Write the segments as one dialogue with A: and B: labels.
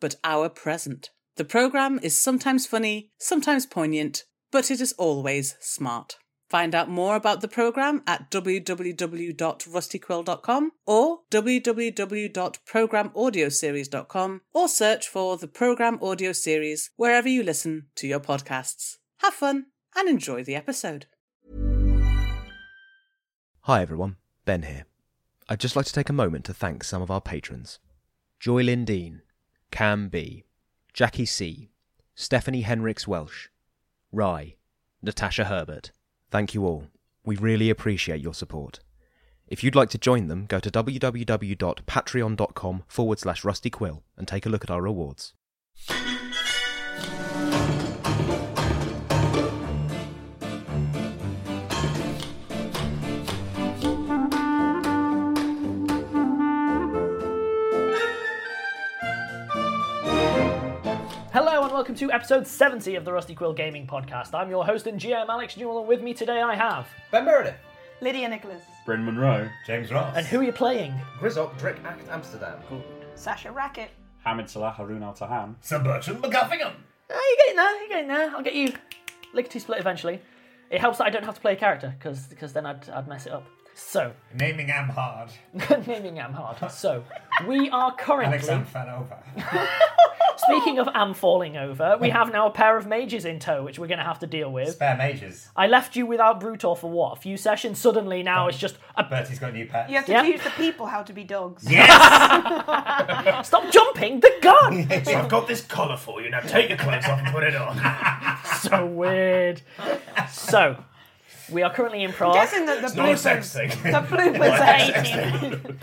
A: but our present. The programme is sometimes funny, sometimes poignant, but it is always smart. Find out more about the programme at www.rustyquill.com or www.programaudioseries.com or search for the programme audio series wherever you listen to your podcasts. Have fun and enjoy the episode.
B: Hi everyone, Ben here. I'd just like to take a moment to thank some of our patrons. Joy Lindeen, Cam B, Jackie C, Stephanie Henricks Welsh, Rye, Natasha Herbert. Thank you all. We really appreciate your support. If you'd like to join them, go to www.patreon.com forward slash rustyquill and take a look at our rewards.
C: Hello and welcome to episode 70 of the Rusty Quill Gaming Podcast. I'm your host and GM Alex Newell, and with me today I have.
D: Ben Meredith.
E: Lydia Nicholas,
F: Bryn Monroe,
D: James Ross.
C: And who are you playing?
D: Grizzop Drick Act Amsterdam.
E: Sasha Racket.
F: Hamid Salah Harun Al Tahan.
D: Sir Bertrand McGuffingham.
C: Ah, you're getting there, you're getting there. I'll get you lickety split eventually. It helps that I don't have to play a character, because then I'd, I'd mess it up. So,
D: Naming am hard.
C: naming am hard. So, we are
D: Alex
C: currently.
D: am Fanova.
C: Speaking of am falling over, we have now a pair of mages in tow, which we're going to have to deal with.
D: Spare mages.
C: I left you without Brutor for what? A few sessions? Suddenly now it's just. A...
D: Bertie's got a new pet.
E: You have to
C: Yeah.
E: teach the people how to be dogs.
D: Yes!
C: Stop jumping the gun!
D: so I've got this collar for you. Now take your clothes off and put it on.
C: so weird. So, we are currently in Prague.
E: Guessing that the bloopers, the
D: thing.
E: bloopers are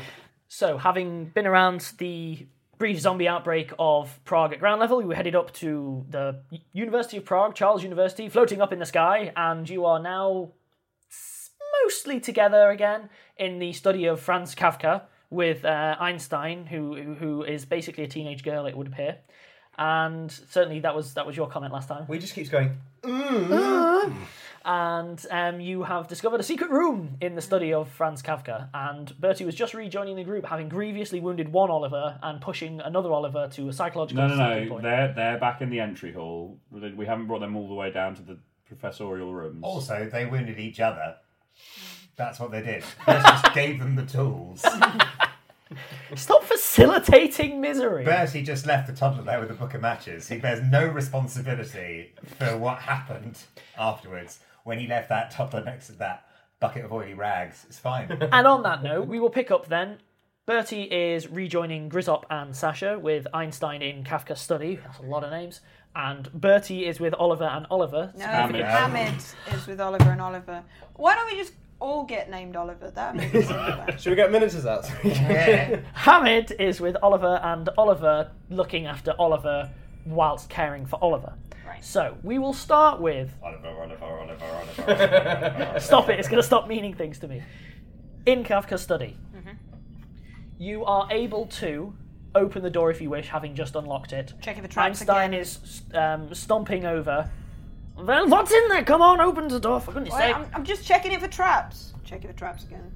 C: So, having been around the brief zombie outbreak of Prague at ground level, you were headed up to the U- University of Prague, Charles University, floating up in the sky, and you are now s- mostly together again in the study of Franz Kafka with uh, Einstein, who who- who is basically a teenage girl, it would appear. And certainly that was that was your comment last time. Uh.
D: we just keeps going.
C: and um, you have discovered a secret room in the study of Franz Kafka. And Bertie was just rejoining the group, having grievously wounded one Oliver and pushing another Oliver to a psychological
F: No, no,
C: breaking
F: no.
C: point.
F: They're they're back in the entry hall. We haven't brought them all the way down to the professorial rooms.
D: Also, they wounded each other. That's what they did. They just gave them the tools.
C: Stop facilitating misery.
D: Bertie just left the toddler there with a book of matches. He bears no responsibility for what happened afterwards when he left that toddler next to that bucket of oily rags. It's fine.
C: and on that note, we will pick up then. Bertie is rejoining Grizzop and Sasha with Einstein in Kafka's study. That's a lot of names. And Bertie is with Oliver and Oliver.
E: No,
F: Hamid.
E: Hamid is with Oliver and Oliver. Why don't we just all get named Oliver? That would be simpler.
G: Should we get miniatures out?
D: Yeah.
C: Hamid is with Oliver and Oliver looking after Oliver whilst caring for Oliver.
E: Right.
C: So we will start with
D: Oliver, Oliver, Oliver, Oliver, Oliver. Oliver.
C: Stop it, it's going to stop meaning things to me. In Kafka's study,
H: Mm-hmm.
C: you are able to open the door if you wish, having just unlocked it.
E: Check if the traps
C: Einstein
E: again.
C: is um, stomping over. Well, what's in there? Come on, open the door, for goodness
E: Wait,
C: sake.
E: I'm, I'm just checking it for traps. Checking the traps again.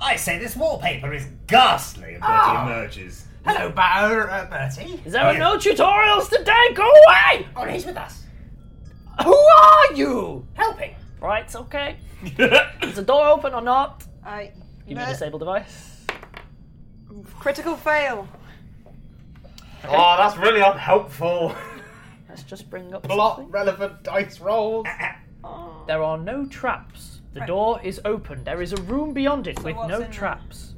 D: I say this wallpaper is ghastly. And Bertie
C: Ah.
D: emerges. Hello, Bar- uh, Bertie.
C: There are no tutorials today, go away!
D: Oh, he's with us.
C: Who are you?
D: Helping.
C: Right, okay. is the door open or not?
E: I
C: Give
E: no,
C: me a disable device.
E: critical fail.
I: Oh, that's really unhelpful.
C: Let's just bring up.
I: Plot
C: something.
I: relevant dice rolls.
C: There are no traps. The door is open. There is a room beyond it with
E: what's in
C: no
E: there?
C: traps.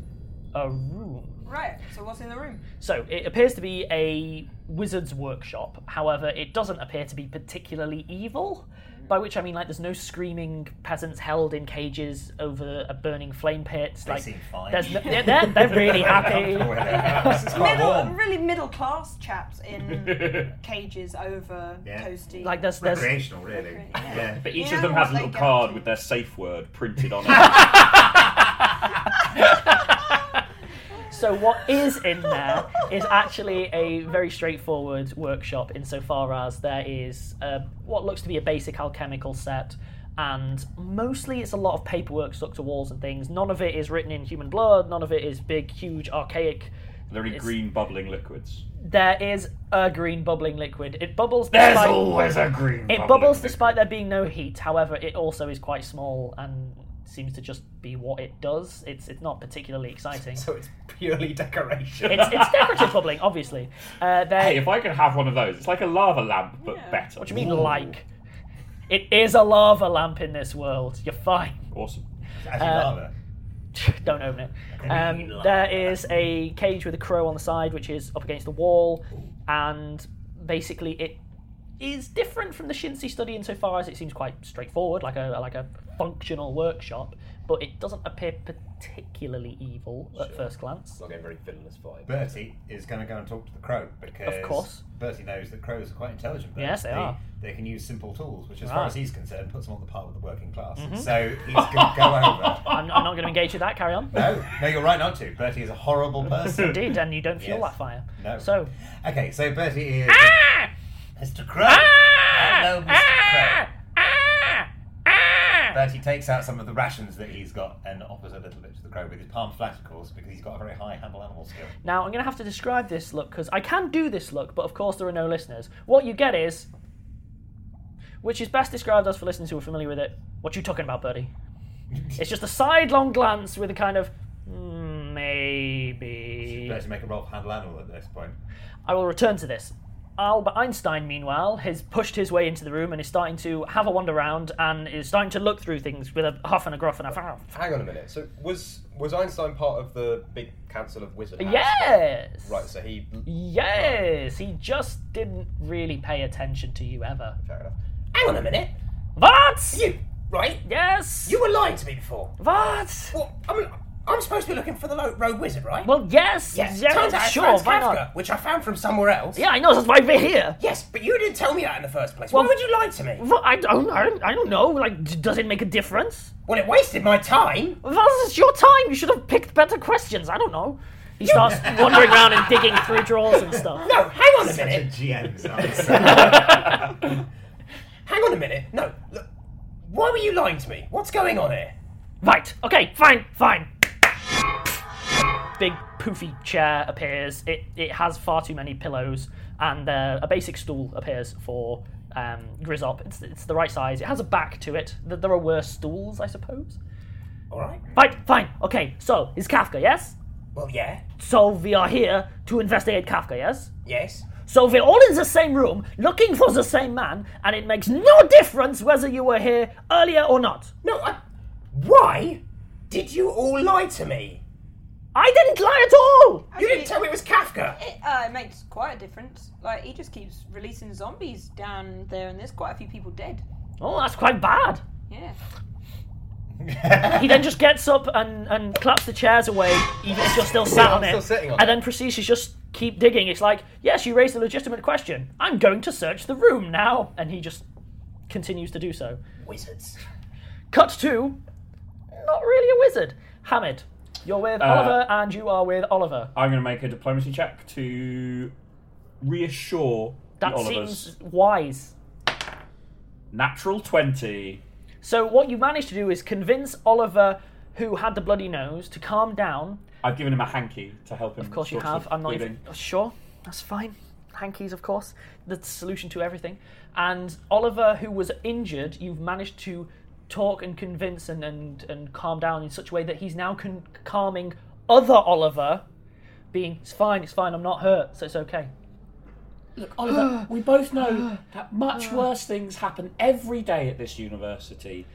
C: A room.
E: Right, so what's in the room?
C: So it appears to be a wizard's workshop. However, it doesn't appear to be particularly evil. By which I mean, like, there's no screaming peasants held in cages over a burning flame pit.
D: They
C: like,
D: seem fine.
C: there's no, they're, they're, they're really happy.
D: this is quite
E: Middle,
D: warm.
E: really middle class chaps in cages over
D: Yeah.
E: toasty.
C: Like, there's there's
D: Recreational, really. Yeah.
F: But each
E: You
F: of
E: know
F: them
E: what
F: has a
E: they
F: little
E: get up
F: card
E: to.
F: with their safe word printed on it.
C: So what is in there is actually a very straightforward workshop insofar as there is uh, what looks to be a basic alchemical set and mostly it's a lot of paperwork stuck to walls and things. None of it is written in human blood, none of it is big, huge, archaic.
F: They're in green bubbling liquids.
C: There is a green bubbling liquid. It bubbles
I: There's
C: despite
I: always a green.
C: it bubbles despite there being no heat. However, it also is quite small and seems to just be what it does. It's it's not particularly exciting.
I: So it's purely decoration.
C: It's, it's decorative bubbling, obviously. Uh, there,
F: Hey, if I could have one of those, it's like a lava lamp, but better.
C: What do you mean, like? It is a lava lamp in this world. You're fine. Uh,
F: Awesome.
D: Actually, lava.
C: Don't open it.
D: you
C: Um,
D: like
C: there is a cage with a crow on the side, which is up against the wall, and basically it is different from the Shinsi study insofar as it seems quite straightforward, like a like a functional workshop, but it doesn't appear particularly evil at first glance.
I: not getting very villainous vibe.
D: Bertie is going to go and talk to the crow because
C: Of course.
D: Bertie knows that crows are quite intelligent. birds.
C: Yes, they are.
D: They can use simple tools, which, as
C: Right. Mm-hmm.
D: far as he's concerned, puts them on the par with the working class. So he's going to go over.
C: I'm, I'm not going to engage with that. Carry on.
D: No, no, you're right not to. Bertie is a horrible person.
C: Indeed, and you don't fuel
D: Yes.
C: that fire.
D: No.
C: So Ah!
D: Okay, so Bertie is. Mr. Crow! Hello, Mr.
C: Ah!
D: Crow! Bertie takes out some of the rations that he's got and offers a little bit to the crow with his palm flat, of course, because he's got a very high handle animal skill.
C: Now, I'm going to have to describe this look because I can do this look, but of course there are no listeners. What you get is, which is best described as for listeners who are familiar with it, what you talking about, Birdie? it's just a sidelong glance with a kind of "Hmm, maybe.
D: Bertie make a roll for handle animal at this point.
C: I will return to this. Albert Einstein, meanwhile, has pushed his way into the room and is starting to have a wander around and is starting to look through things with a huff and a gruff and a.
I: Hang on a minute. So was was Einstein part of the big council of wizard? House?
C: Yes!
I: Right. So he.
C: Yes! He just didn't really pay attention to you ever.
I: Fair enough. Hang on a minute.
C: What?
I: You right?
C: Yes.
I: You were lying to me before.
C: What?
I: Well, I'm, I'm supposed to be looking for the lo- road wizard, right?
C: Well, yes.
I: yes.
C: yeah,
I: Turns out
C: sure.
I: I found
C: Why
I: Kafka,
C: not?
I: which I found from somewhere else.
C: Yeah, I know. That's why we're here.
I: Yes, but you didn't tell me that in the first place. Why would you lie to me?
C: But I don't. I don't, I don't know. Like, d- does it make a difference?
I: Well, it wasted my time.
C: This is your time. You should have picked better questions. I don't know. He starts wandering around and digging through drawers and stuff.
I: No, hang on a
D: Such a
I: minute.
D: GM's answer.
I: Hang on a minute. No, look. Why were you lying to me? What's going on here?
C: Right. Okay. Fine. Fine. Big poofy chair appears. It it has far too many pillows, and uh, a basic stool appears for um, Grizzop. It's it's the right size. It has a back to it. Th- There are worse stools, I suppose.
I: All right.
C: Right. Fine. Okay. So is Kafka? Yes.
I: Well, yeah.
C: So we are here to investigate Kafka. Yes.
I: Yes.
C: So we're all in the same room, looking for the same man, and it makes no difference whether you were here earlier or not.
I: No, I... Why did you all lie to me?
C: I didn't lie at all.
I: You didn't tell me it was Kafka.
E: It, uh, it makes quite a difference. Like, he just keeps releasing zombies down there, and there's quite a few people dead.
C: Oh, that's quite bad.
E: Yeah.
C: He then just gets up and, and claps the chairs away, even if you're still sat
I: I'm
C: on it,
I: still sitting on
C: and
I: it.
C: then proceeds to just keep digging. It's like, yes, you raised a legitimate question. I'm going to search the room now, and he just continues to do so.
I: Wizards.
C: Cut to, not really a wizard. Hamid, you're with Oliver, and you are with Oliver.
F: I'm going to make a diplomacy check to reassure
C: That
F: the Olivers.
C: seems wise.
F: Natural 20.
C: So what you managed to do is convince Oliver, who had the bloody nose, to calm down.
F: I've given him a hanky to help him.
C: Of course you have. I'm not even sure. That's fine. Hankies, of course, the solution to everything. And Oliver, who was injured, you've managed to talk and convince and and, and calm down in such a way that he's now con- calming other Oliver, being it's fine, it's fine, I'm not hurt, so it's okay.
F: Look, Oliver, we both know that much worse things happen every day at this university.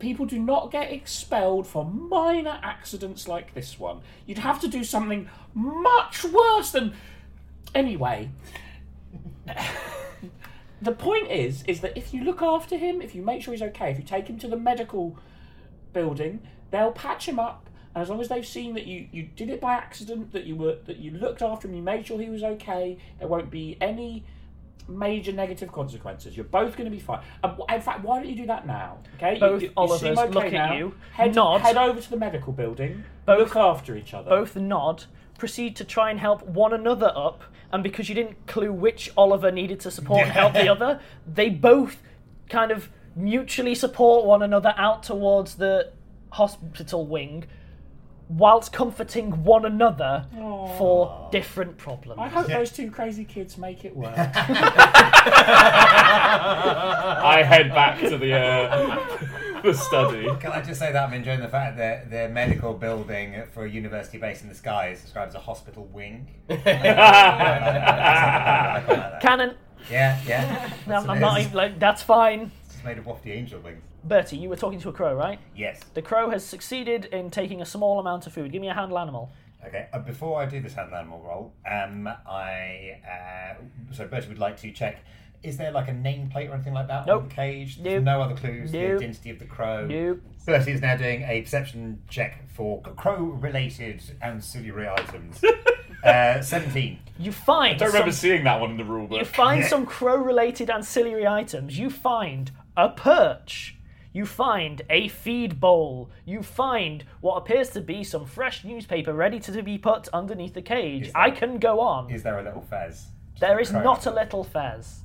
F: People do not get expelled for minor accidents like this one. You'd have to do something much worse than. Anyway, the point is, is that if you look after him, if you make sure he's okay, if you take him to the medical building, they'll patch him up. And as long as they've seen that you, you did it by accident, that you were that you looked after him, you made sure he was okay, there won't be any major negative consequences. You're both going to be fine. And wh- In fact, why don't you do that now? Okay, You-
C: Both
F: you, you
C: Olivers
F: seem okay
C: look at
F: now.
C: you,
F: Head,
C: nod.
F: head over to the medical building.
C: Both-
F: look after each other.
C: Both nod, proceed to try and help one another up, and because you didn't clue which Oliver needed to support and help the other, they both kind of mutually support one another out towards the hospital wing. Whilst comforting one another for different problems.
F: I hope those two crazy kids make it work.
J: I head back to the uh, the study.
D: Can I just say that I'm enjoying the fact that the medical building for a university based in the sky is described as a hospital wing. I quite like that. I quite like that.
C: Cannon,
D: Yeah, yeah.
C: I'm,
D: That's
C: I'm not
D: amazing.
C: even like that's fine.
D: It's made of wafty angel wings.
C: Bertie, you were talking to a crow, right?
D: Yes.
C: The crow has succeeded in taking a small amount of food. Give me a handle animal.
D: Okay. Uh, before I do this hand animal roll, um, I uh, so Bertie would like to check. Is there like a nameplate or anything like that
C: Nope.
D: on the cage?
C: Nope.
D: There's No other clues. The
C: Nope.
D: identity of the crow.
C: Nope.
D: Bertie is now doing a perception check for crow-related ancillary items. uh, Seventeen.
C: You find
J: I don't remember
C: some-
J: seeing that one in the rule book.
C: You find some crow related ancillary items. You find a perch. You find a feed bowl. You find what appears to be some fresh newspaper ready to be put underneath the cage.
D: Is that-
C: I can go on.
D: Is there a little fez? Just
C: there is
D: crow.
C: not a little fez.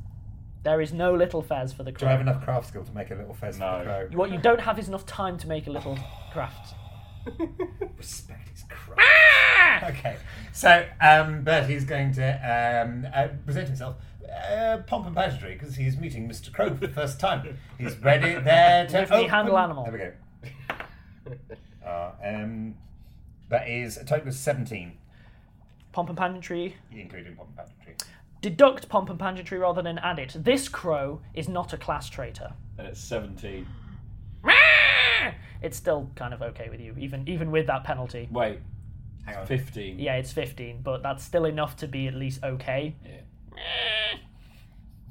C: There is no little fez for the
D: Do I have
C: crow.
D: enough craft skill to make a little fez
J: No.
D: for the crow?
C: What you don't have is enough time to make a little craft.
D: Respect is crap.
C: Ah!
D: okay, so um, Bertie's going to um, uh, present himself. Uh, pomp and pageantry because he's meeting Mr. Crow for the first time. He's ready there to
C: Give me
D: open-
C: handle animal.
D: There we go. Uh, um, that is a total of seventeen,
C: Pomp and pageantry,
D: including pomp and pageantry.
C: deduct pomp and pageantry rather than add it. This crow is not a class traitor.
J: And it's 17.
C: It's still kind of okay with you, even even with that penalty.
J: Wait,
D: Hang on.
J: 15.
C: Yeah, it's 15, but that's still enough to be at least okay.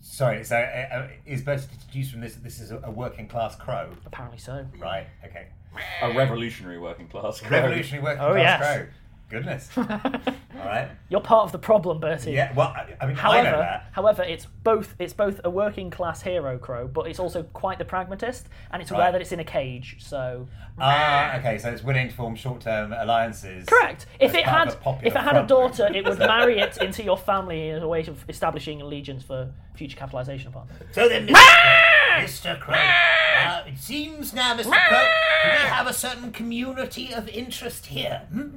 D: Sorry. So uh, uh, is Bertie to deduce from this that this is a, a working class crow?
C: Apparently so.
D: Right. Okay.
J: A revolutionary working class. crow.
D: Revolutionary working
C: Oh,
D: class
C: yes.
D: crow. Goodness. All right.
C: You're part of the problem, Bertie.
D: Yeah. Well, I, I mean, I know
C: However,
D: that.
C: however, it's both it's both a working class hero crow, but it's also quite the pragmatist, and it's aware
D: Right.
C: that it's in a cage. So
D: Ah, okay. So it's willing to form short-term alliances.
C: correct. If
D: As
C: it
D: part of
C: had
D: a popular
C: if it had a
D: front
C: daughter,
D: group.
C: it would marry it into your family as a way of establishing allegiance for future capitalization upon.
D: So then, Mr. Mr. Crow, uh, it seems now, Mr. Crow, we have a certain community of interest here. Hmm?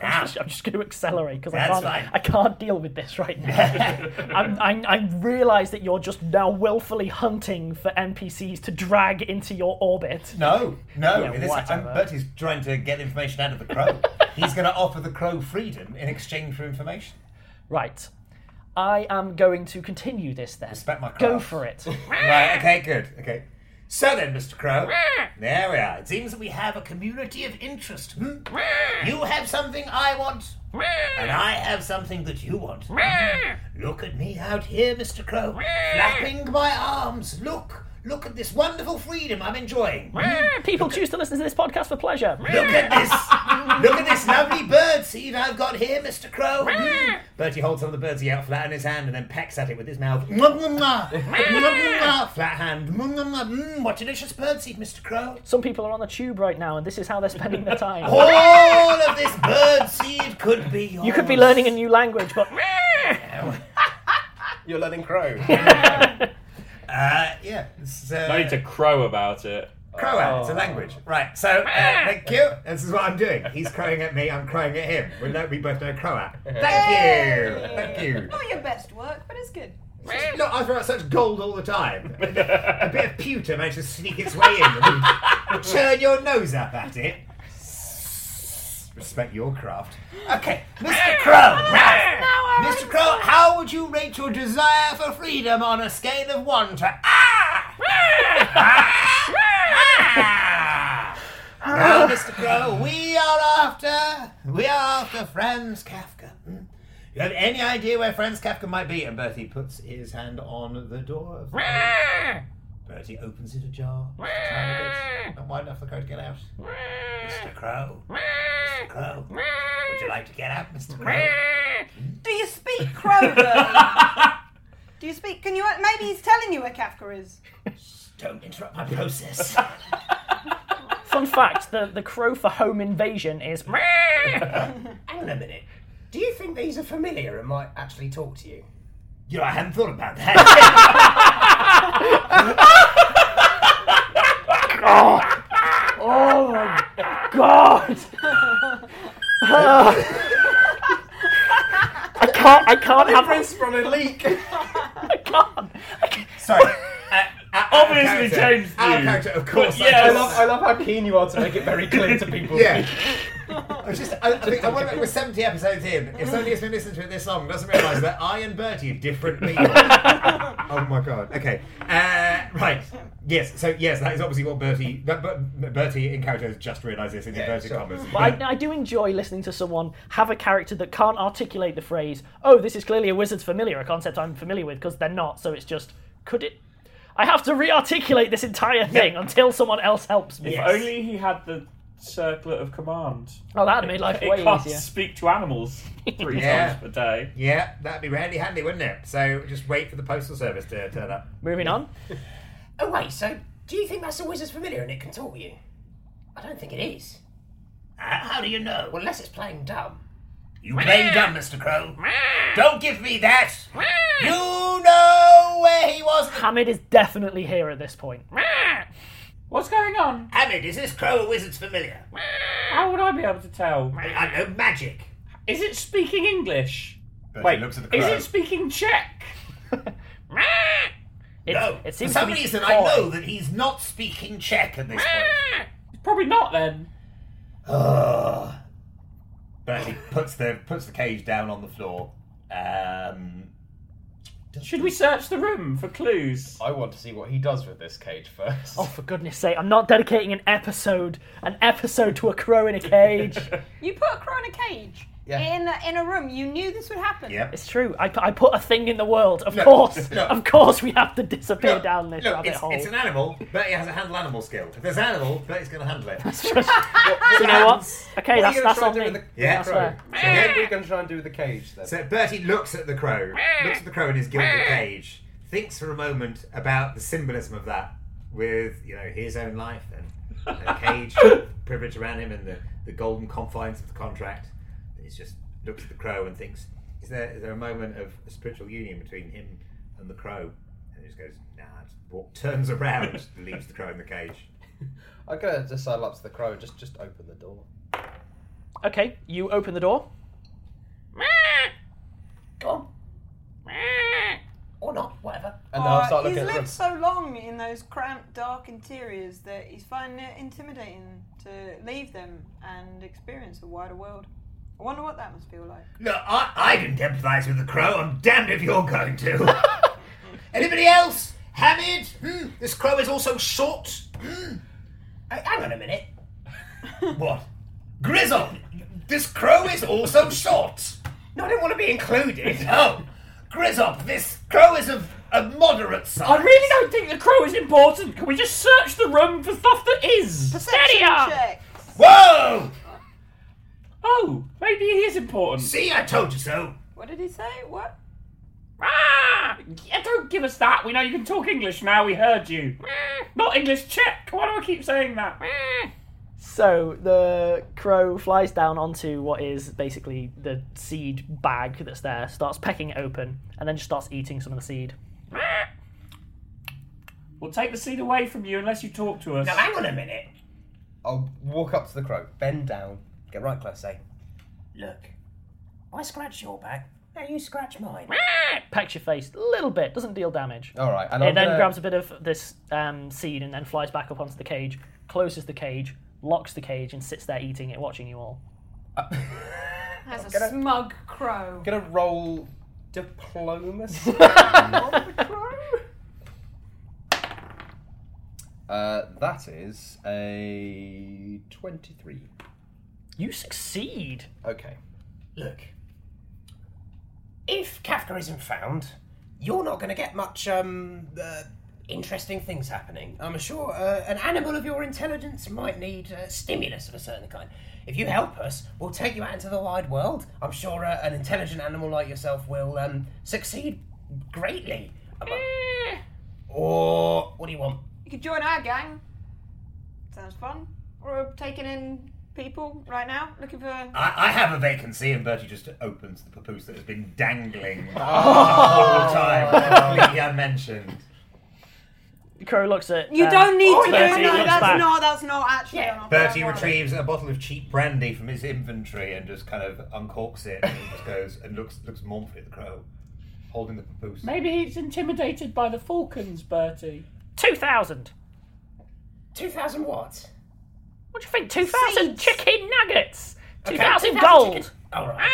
C: I'm
D: Now,
C: just- I'm just going to accelerate because I
D: Ah. That's
C: can't.
D: fine.
C: I can't deal with this right now. I'm, I, I realize that you're just now willfully hunting for NPCs to drag into your orbit.
D: no, no.
C: Yeah,
D: this, I'm,
C: whatever.
D: Bertie's trying to get information out of the crow. He's going to offer the crow freedom in exchange for information.
C: Right. I am going to continue this then.
D: Respect my
C: Go
D: craft.
C: for it.
D: Right, okay, good. Okay. So then, Mr. Crow, there we are. It seems that we have a community of interest. Hmm? You have something I want, and I have something that you want. Look at me out here, Mr. Crow, flapping my arms. Look, look at this wonderful freedom I'm enjoying. Hmm?
C: People choose to listen to this podcast for pleasure.
D: Look at this! Look at this lovely bird seed I've got here, Mr. Crow. Hmm? Bertie holds some of the birdseed out flat in his hand and then pecks at it with his mouth. Mwah, mwah, mwah. Mwah, mwah, mwah. flat hand. Mwah, mwah, mwah. Mm, what delicious birdseed, Mr. Crow.
C: Some people are on the tube right now, and this is how they're spending their time.
D: All of this birdseed could be yours.
C: You could be learning a new language, but
I: You're letting crow.
D: Uh, yeah. It's, uh,
J: I need to crow about it.
D: crow at.
C: Oh.
D: It's a language. Right. So, uh, thank you. This is what I'm doing. He's crowing at me. I'm crowing at him. We, know, we both know crow at. Thank you. Thank you.
E: Not your best work, but it's good.
D: No, I throw out such gold all the time. A bit of pewter managed to sneak its way in. and Turn your nose up at it. Respect your craft. Okay, Mr. Crow. right. Mr. Crow, how would you rate your desire for freedom on a scale of one to ah? Ah! Ah! Now, Mr. Crow, we are after we are after Franz Kafka. Hmm? You have any idea where Franz Kafka might be? And Bertie puts his hand on the door. Of Bertie opens it ajar. a tiny bit, Not wide enough for the crow to get out. Mr. Crow. Mr. Crow. Would you like to get out, Mr. Crow?
E: Do you speak Crowley? Do you speak? Can you? Maybe he's telling you where Kafka is.
D: Don't interrupt my process.
C: Fun fact: the the crow for home invasion is.
D: Hang on a minute.
I: Do you think these are familiar and might actually talk to you?
D: You know, I hadn't thought about that.
C: Oh my god! I can't. I can't have. I
I: from a leak.
C: can't.
D: Sorry. Uh,
K: Obviously, James
D: Our
K: knew.
D: character, of course.
K: But yes.
I: I love, I love how keen you are to make it very clear to people.
D: Yeah. I was just, I, I think, I wonder if we're 70 episodes in, if somebody has been listening to it this long doesn't realise that I and Bertie are different people. oh my god. Okay. Uh, right. Yes, so yes, that is obviously what Bertie, but, but Bertie in character has just realised this in the
I: Yeah,
D: inverted
I: sure.
D: commas.
C: But Oh, I, I do enjoy listening to someone have a character that can't articulate the phrase. Oh, this is clearly a wizard's familiar, a concept I'm familiar with, because they're not. So it's just, could it? I have to re-articulate this entire thing until someone else helps me.
D: Yeah.
K: If
D: Yes.
K: only he had the circlet of command.
C: Oh, that'd have made life
K: it
C: way
K: can't
C: easier.
K: speak to animals three
D: Yeah.
K: times per day.
D: Yeah, that'd be really handy, wouldn't it? So just wait for the postal service to turn up.
C: Moving on.
I: Oh wait, so do you think that's a wizard's familiar and it can talk to you? I don't think it is.
D: Uh, How do you know?
I: Well, unless it's playing dumb.
D: You play dumb, Mr. Crow. Don't give me that. You know where he was.
C: Hamid is definitely here at this point.
F: What's going on?
D: Hamid, is this Crow a wizard's familiar?
F: How would I be able to tell?
D: I know magic.
F: Is it speaking English?
D: Bertie
F: Wait,
D: looks at the
F: is
D: crow.
F: it speaking Czech?
C: It,
D: No.
C: it
D: For
C: seems
D: some
C: to be
D: reason,
C: coy.
D: I know that he's not speaking Czech at this point.
F: Probably not then.
D: Ugh. Bertie puts the puts the cage down on the floor. Um,
F: Should we search the room for clues?
B: I want to see what he does with this cage first.
C: Oh, for goodness sake, I'm not dedicating an episode, an episode to a crow in a cage.
E: You put a crow in a cage
B: Yeah.
E: in a, in a room. You knew this would happen.
D: yep.
C: it's true. I, pu- I put a thing in the world. Of
D: No,
C: course,
D: no.
C: of course, we have to disappear
D: Look,
C: down this
D: look,
C: rabbit
D: it's,
C: hole.
D: it's an animal. Bertie has a handle animal skill. If there's an animal, Bertie's going to handle it.
C: you know what? Okay,
B: What are
C: that's
B: you
C: that's
B: gonna try
C: on me.
B: and do with the
D: Yeah.
C: That's
B: crow?
C: fair.
B: So what are we going to try and do with the cage then?
D: So Bertie looks at the crow, looks at the crow in his gilded cage, thinks for a moment about the symbolism of that with, you know, his own life and the cage privilege around him and the, the golden confines of the contract. He just looks at the crow and thinks, is there is there a moment of spiritual union between him and the crow? And he just goes, nah, just walk, turns around and leaves the crow in the cage.
B: I'm going to just sidle up to the crow and just, just open the door.
C: Okay, you open the door.
I: Go on. Or not, whatever.
B: And
E: Or
B: I'll start
E: he's
B: looking at the room.
E: lived so long in those cramped, dark interiors that he's finding it intimidating to leave them and experience a wider world. I wonder what that must feel like.
D: Look, I, I didn't empathise with the crow. I'm damned if you're going to. Anybody else? Hamid? Hmm? This crow is also short. Hmm?
I: Hey, hang on a minute.
D: What? Grizzle! This crow is also short.
I: No, I don't want to be included.
D: No. Grizzle, this crow is of a moderate size.
F: I really don't think the crow is important. Can we just search the room for stuff that is?
E: Perception
F: Steadier!
E: check.
D: Whoa!
F: Oh, maybe he is important.
D: See, I told you so.
E: What did he say? What?
F: Ah! Yeah, don't give us that. We know you can talk English now. We heard you. Not English Czech. Why do I keep saying that?
C: So the crow flies down onto what is basically the seed bag that's there, starts pecking it open, and then just starts eating some of the seed.
F: We'll take the seed away from you unless you talk to us.
I: Now, hang on a minute.
B: I'll walk up to the crow, bend down, get right close, say,
I: Look, I scratch your back. Now you scratch mine.
C: Pecks your face a little bit, doesn't deal damage.
B: all right. And
C: It
B: I'm
C: then
B: gonna-
C: grabs a bit of this um, seed and then flies back up onto the cage, closes the cage, locks the cage, and sits there eating it, watching you all.
E: That's a
G: Gonna-
E: smug crow.
G: Gonna roll diplomacy. uh, that is a twenty-three.
C: You succeed.
G: Okay.
I: Look, if Kafka isn't found, you're not going to get much um, uh, interesting things happening. I'm sure uh, an animal of your intelligence might need uh, stimulus of a certain kind. If you help us, we'll take you out into the wide world. I'm sure uh, an intelligent animal like yourself will um, succeed greatly. Um, Or what do you want?
E: You could join our gang. Sounds fun. We're taking in people right now, looking for.
K: I, I have a vacancy, and Bertie just opens the papoose that has been dangling the
C: Oh.
K: whole time, completely unmentioned.
C: Crow looks at.
E: You
C: um,
E: don't
B: Oh,
E: need to do that.
C: Bertie, looks
E: That's
C: back.
E: not. That's not actually. on our
K: Bertie
E: plan.
K: retrieves a bottle of cheap brandy from his inventory and just kind of uncorks it and just goes and looks looks mournfully at the crow, holding the papoose.
L: Maybe he's intimidated by the falcons, Bertie.
C: 2,000.
I: 2,000 what?
C: What do you think? 2,000 chicken nuggets!
I: Okay,
C: 2,000
I: 2,000
C: gold!
I: chicken- Alright.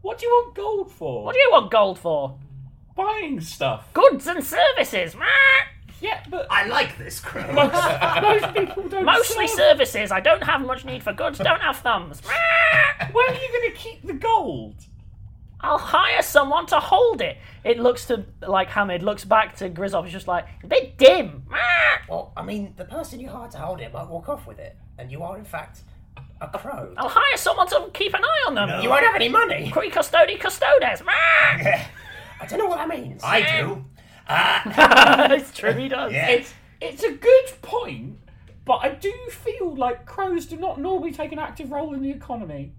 L: What do you want gold for?
C: What do you want gold for?
L: Buying stuff.
C: Goods and services!
L: Yeah, but.
K: I like this crow.
L: Most, most people don't.
C: Mostly
L: serve-
C: services. I don't have much need for goods. Don't have thumbs.
L: Where are you going to keep the gold?
C: I'll hire someone to hold it. It looks to like Hamid looks back to Grizzov. He's just like a bit dim.
I: Well, I mean, the person you hired to hold it might walk off with it, and you are in fact a crow.
C: I'll hire someone to keep an eye on them.
I: You won't have any money.
C: Qui custodi custodes.
I: I don't know what that means.
K: I do.
C: it's true. He does.
K: Yeah.
L: It's it's a good point, but I do feel like crows do not normally take an active role in the economy.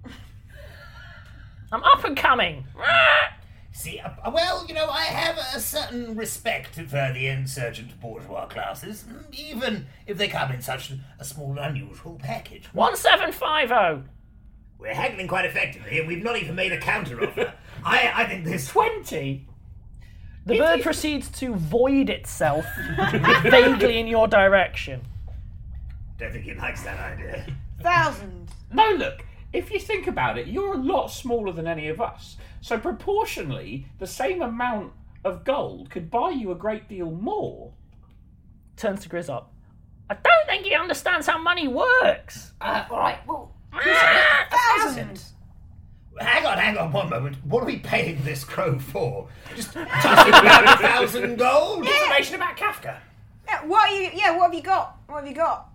C: I'm up and coming.
D: Ah,
K: See, uh, uh, well, you know, I have a certain respect for the insurgent bourgeois classes, mm, even if they come in such a small, unusual package.
C: One seven five oh. zero.
K: We're haggling quite effectively, and we've not even made a counter offer. I, I think this.
L: Twenty.
C: The bird proceeds to void itself vaguely in your direction.
K: Don't think he likes that idea.
E: Thousand.
L: No, look. If you think about it, you're a lot smaller than any of us. So proportionally, the same amount of gold could buy you a great deal more.
C: Turns to Grizzop. I don't think he understands how money works.
I: Uh, all right. Well,
E: Thousand.
K: Hang on, hang on, one moment. What are we paying this crow for? Just touching about a thousand gold?
I: information about Kafka.
E: Yeah. What are you? Yeah. What have you got? What have you got?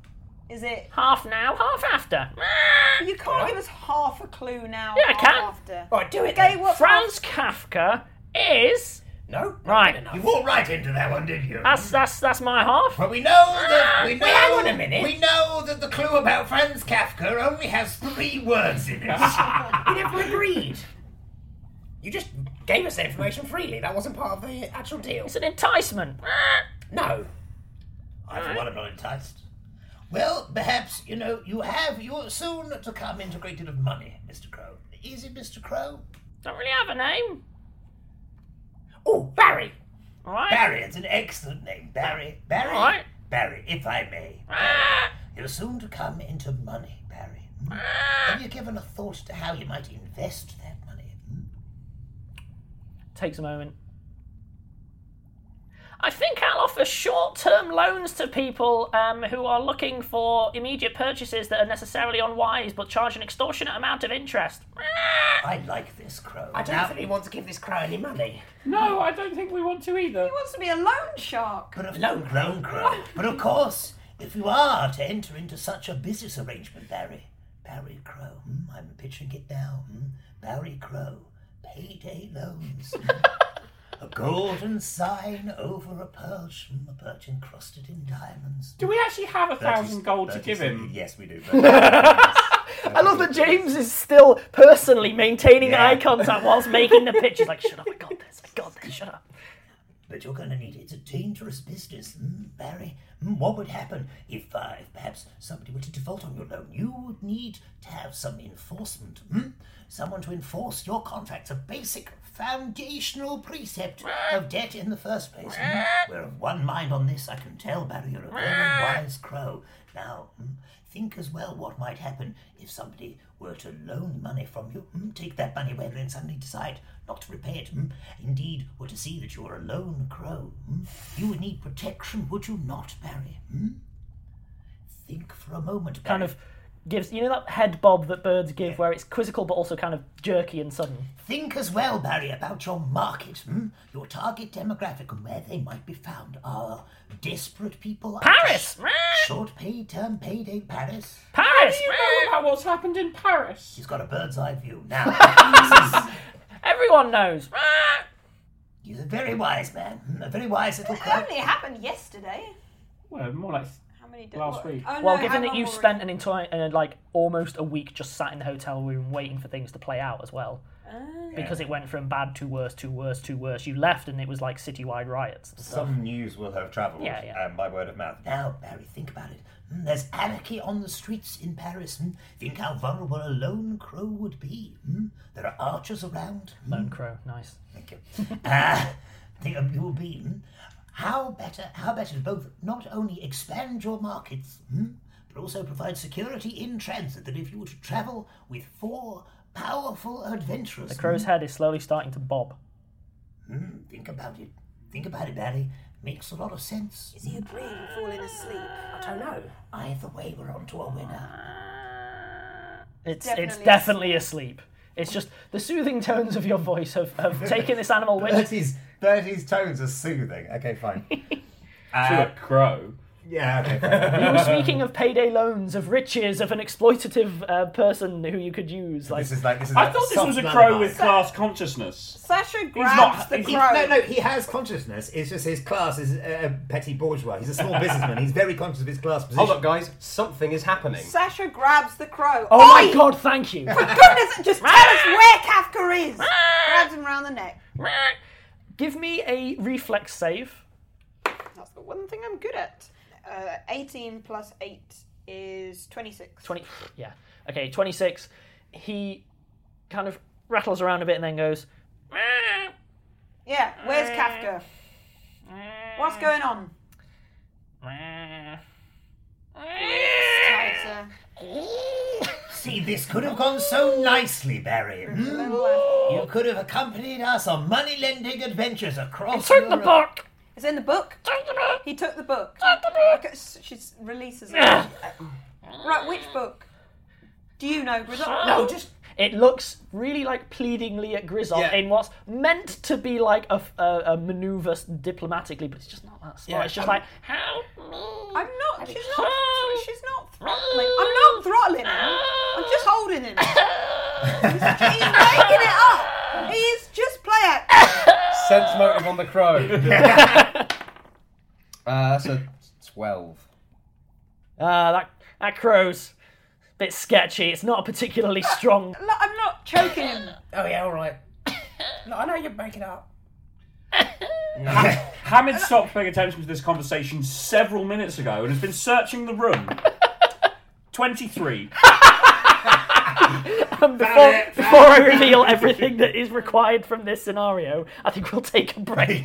E: Is it?
C: Half now, half after.
E: You can't give us half a clue now.
C: Yeah, I
E: half
C: can.
E: After.
I: All right, do it.
E: Okay.
I: Then.
E: What?
C: Franz Kafka is
I: No.
C: Right.
I: Not
K: You
I: good enough.
K: walked right into that one, didn't you?
C: that's that's that's my half.
K: But we know that we know.
I: Wait, Ah, hang on a minute.
K: We know that the clue about Franz Kafka only has three words in it.
I: We never agreed. You just gave us the information freely. That wasn't part of the actual deal.
C: It's an enticement.
I: No.
K: I for one am not enticed. Well, perhaps you know you have your soon to come into great deal of money, Mr. Crow. Is it Mr. Crow?
C: Don't really have a name.
I: Oh, Barry.
C: All right.
K: Barry, it's an excellent name, Barry. Barry.
C: All right. Ah!
K: Barry, if I may. You're soon to come into money, Barry. Hmm?
C: Ah!
K: Have you given a thought to how you might invest that money? Hmm?
C: Takes a moment. I think I'll offer short-term loans to people um, who are looking for immediate purchases that are necessarily unwise, but charge an extortionate amount of interest.
K: I like this crow.
I: I don't
K: Now-
I: think we want to give this crow any money.
L: No, I don't think we want to either.
E: He wants to be a loan shark.
K: But of no grown crow. But of course, if you are to enter into such a business arrangement, Barry, Barry Crow, hmm, I'm picturing it now. hmm, Barry Crow, payday loans. hmm. a golden sign over a perch, hmm, a perch encrusted in diamonds. hmm.
L: Do we actually have a thousand gold to give him?
K: Yes, we do. Bertie.
C: I love that James is still personally maintaining
K: Yeah.
C: eye contact whilst making the pitch. He's like, "Shut up! I got this! I got this! Shut up!"
K: but you're going to need it. It's a dangerous business, hmm, Barry. Hmm, what would happen if, uh, if perhaps somebody were to default on your loan? You would need to have some enforcement. hmm? Someone to enforce your contracts, a basic foundational precept of debt in the first place. hmm? We're of one mind on this, I can tell, Barry. You're a very wise crow. Now, hmm, think as well what might happen if somebody were to loan money from you, hmm, take that money away, and then suddenly decide not to repay it. hmm, Indeed, were to see that you're a lone crow. hmm, You would need protection, would you not, Barry? hmm? Think for a moment, Barry.
C: Kind of gives you know that head bob that birds give, where it's quizzical but also kind of jerky and sudden.
K: Think as well, Barry, about your market, hmm? your target demographic, and where they might be found are desperate people.
L: Paris!
K: Short pay term payday Paris.
L: Paris! How do you know about what's happened in Paris?
K: He's got a bird's eye view now.
C: Everyone knows.
K: He's a very wise man, hmm, a very wise little
E: It
K: crow.
E: only happened yesterday.
F: Well, more like
E: How many days?
F: last week.
E: Oh,
C: well,
E: no,
C: given
E: how
C: that
E: long
C: you've
E: were we-
C: spent an entire uh, like almost a week just sat in the hotel room waiting for things to play out as well,
E: Ah.
C: because it went from bad to worse to worse to worse. You left and it was like citywide riots. and stuff.
I: Some news will have travelled
C: Yeah, yeah.
I: um, by word of mouth.
K: Now, Barry, think about it. Hmm, There's anarchy on the streets in Paris. hmm? Think how vulnerable a lone crow would be. hmm? There are archers around. hmm?
C: Lone Crow, nice.
K: Thank you. uh, think of you being how better how better to both not only expand your markets hmm, but also provide security in transit that if you were to travel with four powerful adventurers
C: The crow's head is slowly starting to bob.
K: hmm, think about it think about it Barry makes a lot of sense
E: Is he agreeing, falling asleep?
I: I don't know.
K: either way we're on to a winner
C: It's it's
E: Definitely
C: definitely asleep. It's just the soothing tones of your voice have, have taken this animal, which
I: Bertie's, Bertie's tones are soothing. Okay, fine.
F: to
I: Uh,
F: a crow.
I: yeah, okay. Fine.
C: you were speaking of payday loans, of riches, of an exploitative uh, person who you could use. Like
I: This is like this is.
F: I
I: like
F: thought this
I: soft
F: was a
I: lullaby.
F: crow with class consciousness.
E: Sasha
F: not-
E: grabs the
F: he's
I: He,
E: crow.
I: no, no, he has consciousness. It's just his class is uh, a petty bourgeois. He's a small businessman. He's very conscious of his class position.
G: Hold up, guys. Something is happening.
E: Sasha grabs the crow.
C: Oh my god, Ah! thank you.
E: Goodness, just tell us where Kafka is. Grabs him round the neck.
C: Ah! Give me a reflex save.
E: That's the one thing I'm good at. Uh, 18 plus 8 is 26.
C: 20 yeah okay 26 he kind of rattles around a bit and then goes
E: Yeah, where's Kafka? What's going on? Tighter.
K: see this could have gone so nicely Barry hmm? you could have accompanied us on money lending adventures across
C: take the
K: Europe.
C: book
E: It's in the book.
C: take the book
E: He took the book. Okay, s- she s- releases it. right, which book? Do you know, Grizzle?
I: No, just
C: it looks really like pleadingly at Grizzop
G: Yeah.
C: in what's meant to be like a, a, a maneuver diplomatically, but it's just not that smart.
G: Yeah,
C: it's just
G: I'm-
C: like, help me.
E: I'm not. She's not. She's not throttling. I'm not throttling him. I'm just holding him. He's, he's making it up. He's just play acting.
G: Sense motive on the crow. uh, that's a twelve.
C: Ah, that, that crow's a bit sketchy. It's not a particularly strong.
E: Look, I'm not choking him.
I: oh yeah, all right. Look, I know you're breaking up.
F: Hamid stopped paying attention to this conversation several minutes ago and has been searching the room. 23.
C: And before, before I reveal everything that is required from this scenario, I think we'll take a break.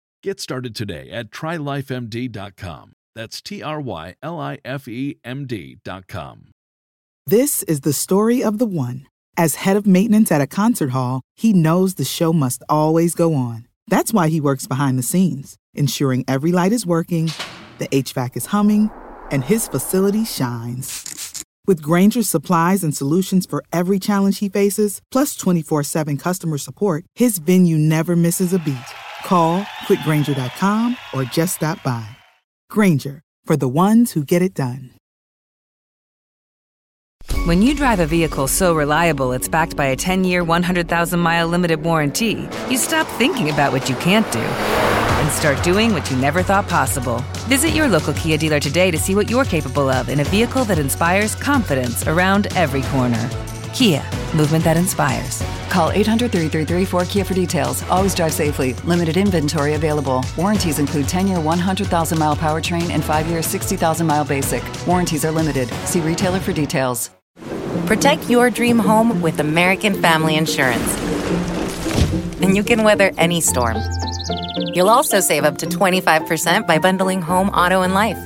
M: Get started today at trylifemd.com. That's T R Y L I F E M D.com.
N: This is the story of the one. As head of maintenance at a concert hall, he knows the show must always go on. That's why he works behind the scenes, ensuring every light is working, the HVAC is humming, and his facility shines. With Granger's supplies and solutions for every challenge he faces, plus 24 7 customer support, his venue never misses a beat. Call quickgranger.com or just stop by. Granger, for the ones who get it done.
O: When you drive a vehicle so reliable it's backed by a 10 year, 100,000 mile limited warranty, you stop thinking about what you can't do and start doing what you never thought possible. Visit your local Kia dealer today to see what you're capable of in a vehicle that inspires confidence around every corner. Kia, movement that inspires.
P: Call 800 333 4KIA for details. Always drive safely. Limited inventory available. Warranties include 10 year 100,000 mile powertrain and 5 year 60,000 mile basic. Warranties are limited. See retailer for details.
Q: Protect your dream home with American Family Insurance. And you can weather any storm. You'll also save up to 25% by bundling home, auto, and life.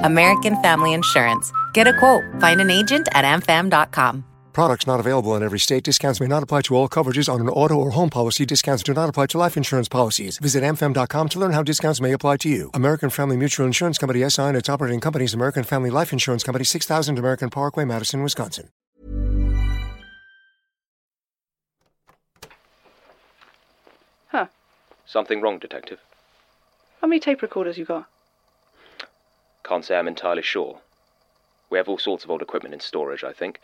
Q: American Family Insurance. Get a quote, find an agent at amfam.com.
R: Products not available in every state. Discounts may not apply to all coverages on an auto or home policy. Discounts do not apply to life insurance policies. Visit amfam.com to learn how discounts may apply to you. American Family Mutual Insurance Company SI and its operating companies American Family Life Insurance Company 6000 American Parkway, Madison, Wisconsin.
H: Huh.
B: Something wrong, Detective.
H: How many tape recorders you got?
B: Can't say I'm entirely sure. We have all sorts of old equipment in storage, I think.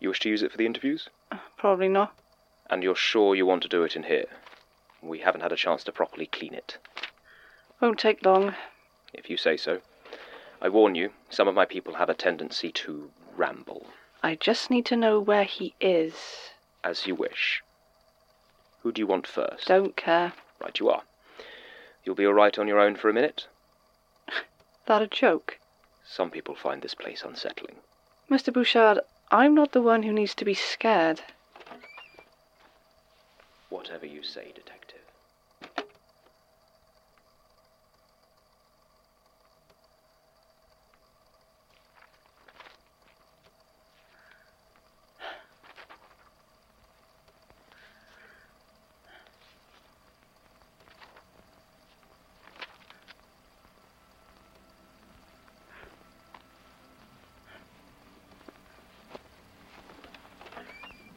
B: You wish to use it for the interviews?
H: Probably not.
B: And you're sure you want to do it in here? We haven't had a chance to properly clean it,
H: Won't take long.
B: if you say so. I warn you, some of my people have a tendency to ramble.
H: I just need to know where he is.
B: As you wish. Who do you want first?
H: Don't care.
B: Right, you are. You'll be all right on your own for a minute.
H: That a joke?
B: Some people find this place unsettling.
H: Mr. Bouchard, I'm not the one who needs to be scared.
B: Whatever you say, Detective.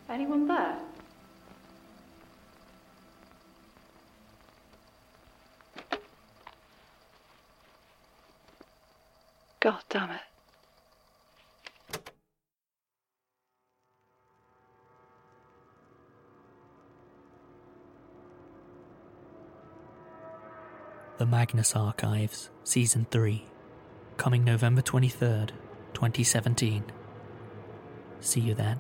H: Anyone there? God damn it.
S: The Magnus Archives, Season 3, coming November 23rd, 2017. See you then.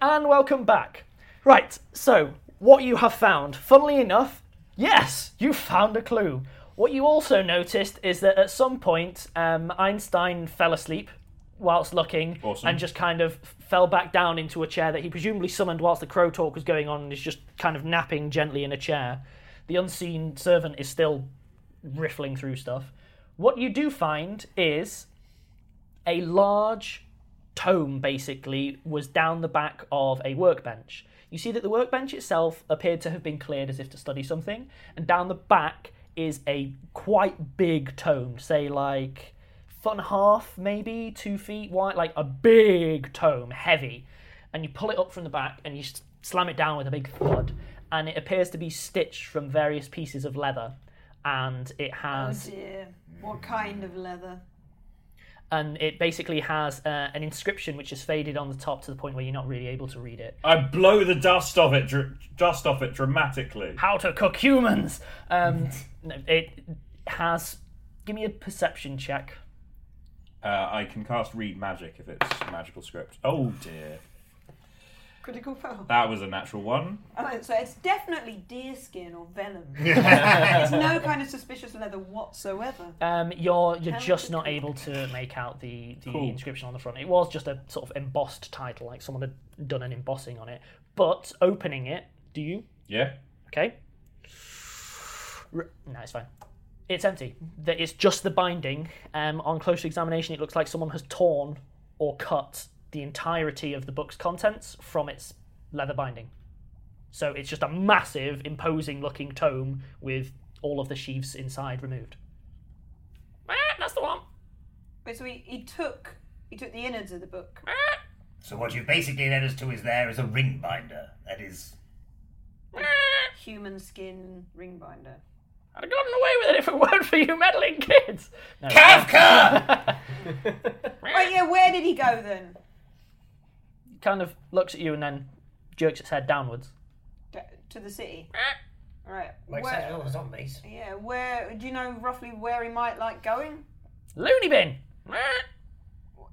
C: And welcome back. Right, so what you have found. Funnily enough, yes, you found a clue. What you also noticed is that at some point, um, Einstein fell asleep whilst looking
F: Awesome.
C: and just kind of fell back down into a chair that he presumably summoned whilst the crow talk was going on and is just kind of napping gently in a chair. The unseen servant is still riffling through stuff. What you do find is a large tome basically was down the back of a workbench. You see that the workbench itself appeared to have been cleared as if to study something, and down the back is a quite big tome, say like foot and a half, maybe two feet wide, like a big tome, heavy. And you pull it up from the back and you s- slam it down with a big thud, and it appears to be stitched from various pieces of leather, and it has
E: Oh dear. What kind of leather?
C: and it basically has uh, an inscription which is faded on the top to the point where you're not really able to read it.
F: I blow the dust off it, dr- dust off it dramatically.
C: How to cook humans? Um, no, it has. Give me a perception check.
F: Uh, I can cast read magic if it's magical script. Oh dear,
E: Critical foul.
F: that was a natural one.
E: Oh, so it's definitely deer skin or venom. it's no kind of suspicious leather whatsoever.
C: Um, you're you're
E: How
C: just not able to make out the, the
E: Cool.
C: inscription on the front. It was just a sort of embossed title, like someone had done an embossing on it. But opening it, do you?
F: Yeah.
C: Okay. R- No, it's fine. It's empty. Th- It's just the binding. Um, on closer examination, it looks like someone has torn or cut the entirety of the book's contents from its leather binding. So it's just a massive, imposing-looking tome with all of the sheaves inside removed. that's the one.
E: Wait, so he, he took he took the innards of the book.
D: So what you've basically led us to is there is a ring binder. That is.
E: Human skin ring binder.
C: I'd have gotten away with it if it weren't for you meddling kids. No.
E: Wait, Oh, yeah, where did he go then?
C: kind of looks at you and then jerks its head downwards.
E: D- to the city. Right.
C: Like
E: where-
C: Saturday Night Zombies.
E: Yeah, where do you know roughly where he might like going?
C: Loony bin.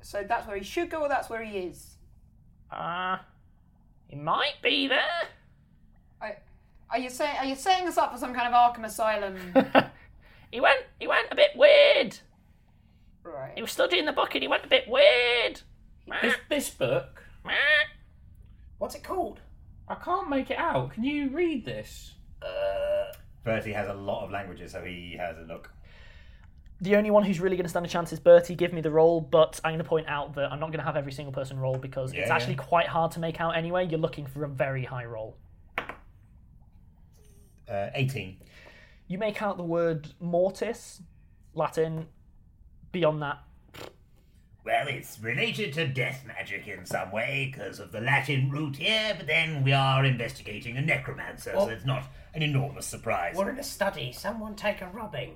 E: So that's where he should go, or that's where he is.
C: Ah, he might be there.
E: I, are you saying are you setting us up for some kind of Arkham Asylum?
C: he went he went a bit weird.
E: Right.
C: He was studying the book and he went a bit weird.
F: This, this book.
I: What's it called?
F: I can't make it out. Can you read this?
D: Uh, Bertie has a lot of languages, so he has a look.
C: The only one who's really going to stand a chance is Bertie. Give me the roll, but I'm going to point out that I'm not going to have every single person roll because
D: Yeah,
C: it's
D: yeah.
C: actually quite hard to make out anyway. You're looking for a very high roll.
D: Uh, 18.
C: You make out the word mortis, Latin. Beyond that,
D: Well, it's related to death magic in some way because of the Latin root here, but then we are investigating a necromancer,
I: Well-
D: so it's not an enormous surprise.
I: Oh. We're in a study. Someone take a rubbing.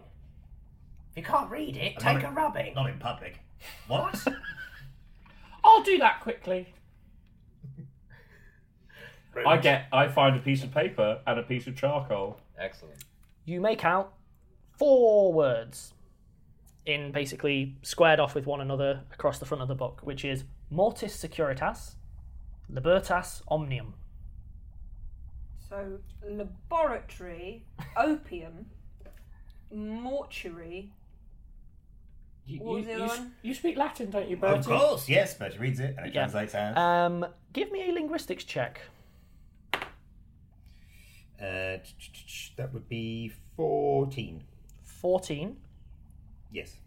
I: If you can't read
K: Uh,
I: it,
D: Not
I: take
D: in-
I: a rubbing.
D: Not in public. What?
C: I'll do that quickly.
F: I get. I find a piece of paper and a piece of charcoal.
G: Excellent.
C: you make out four words in basically squared off with one another across the front of the book, which is mortis securitas, libertas omnium.
E: So laboratory, opium, mortuary. what was the other one?
T: You speak Latin, don't you,
D: Of
T: Bertie?
D: course, yes, but she reads it and it translates out.
C: Um, give me a linguistics check.
D: Uh, ch- ch- ch- ch- that would be 14.
C: 14.
D: Yes.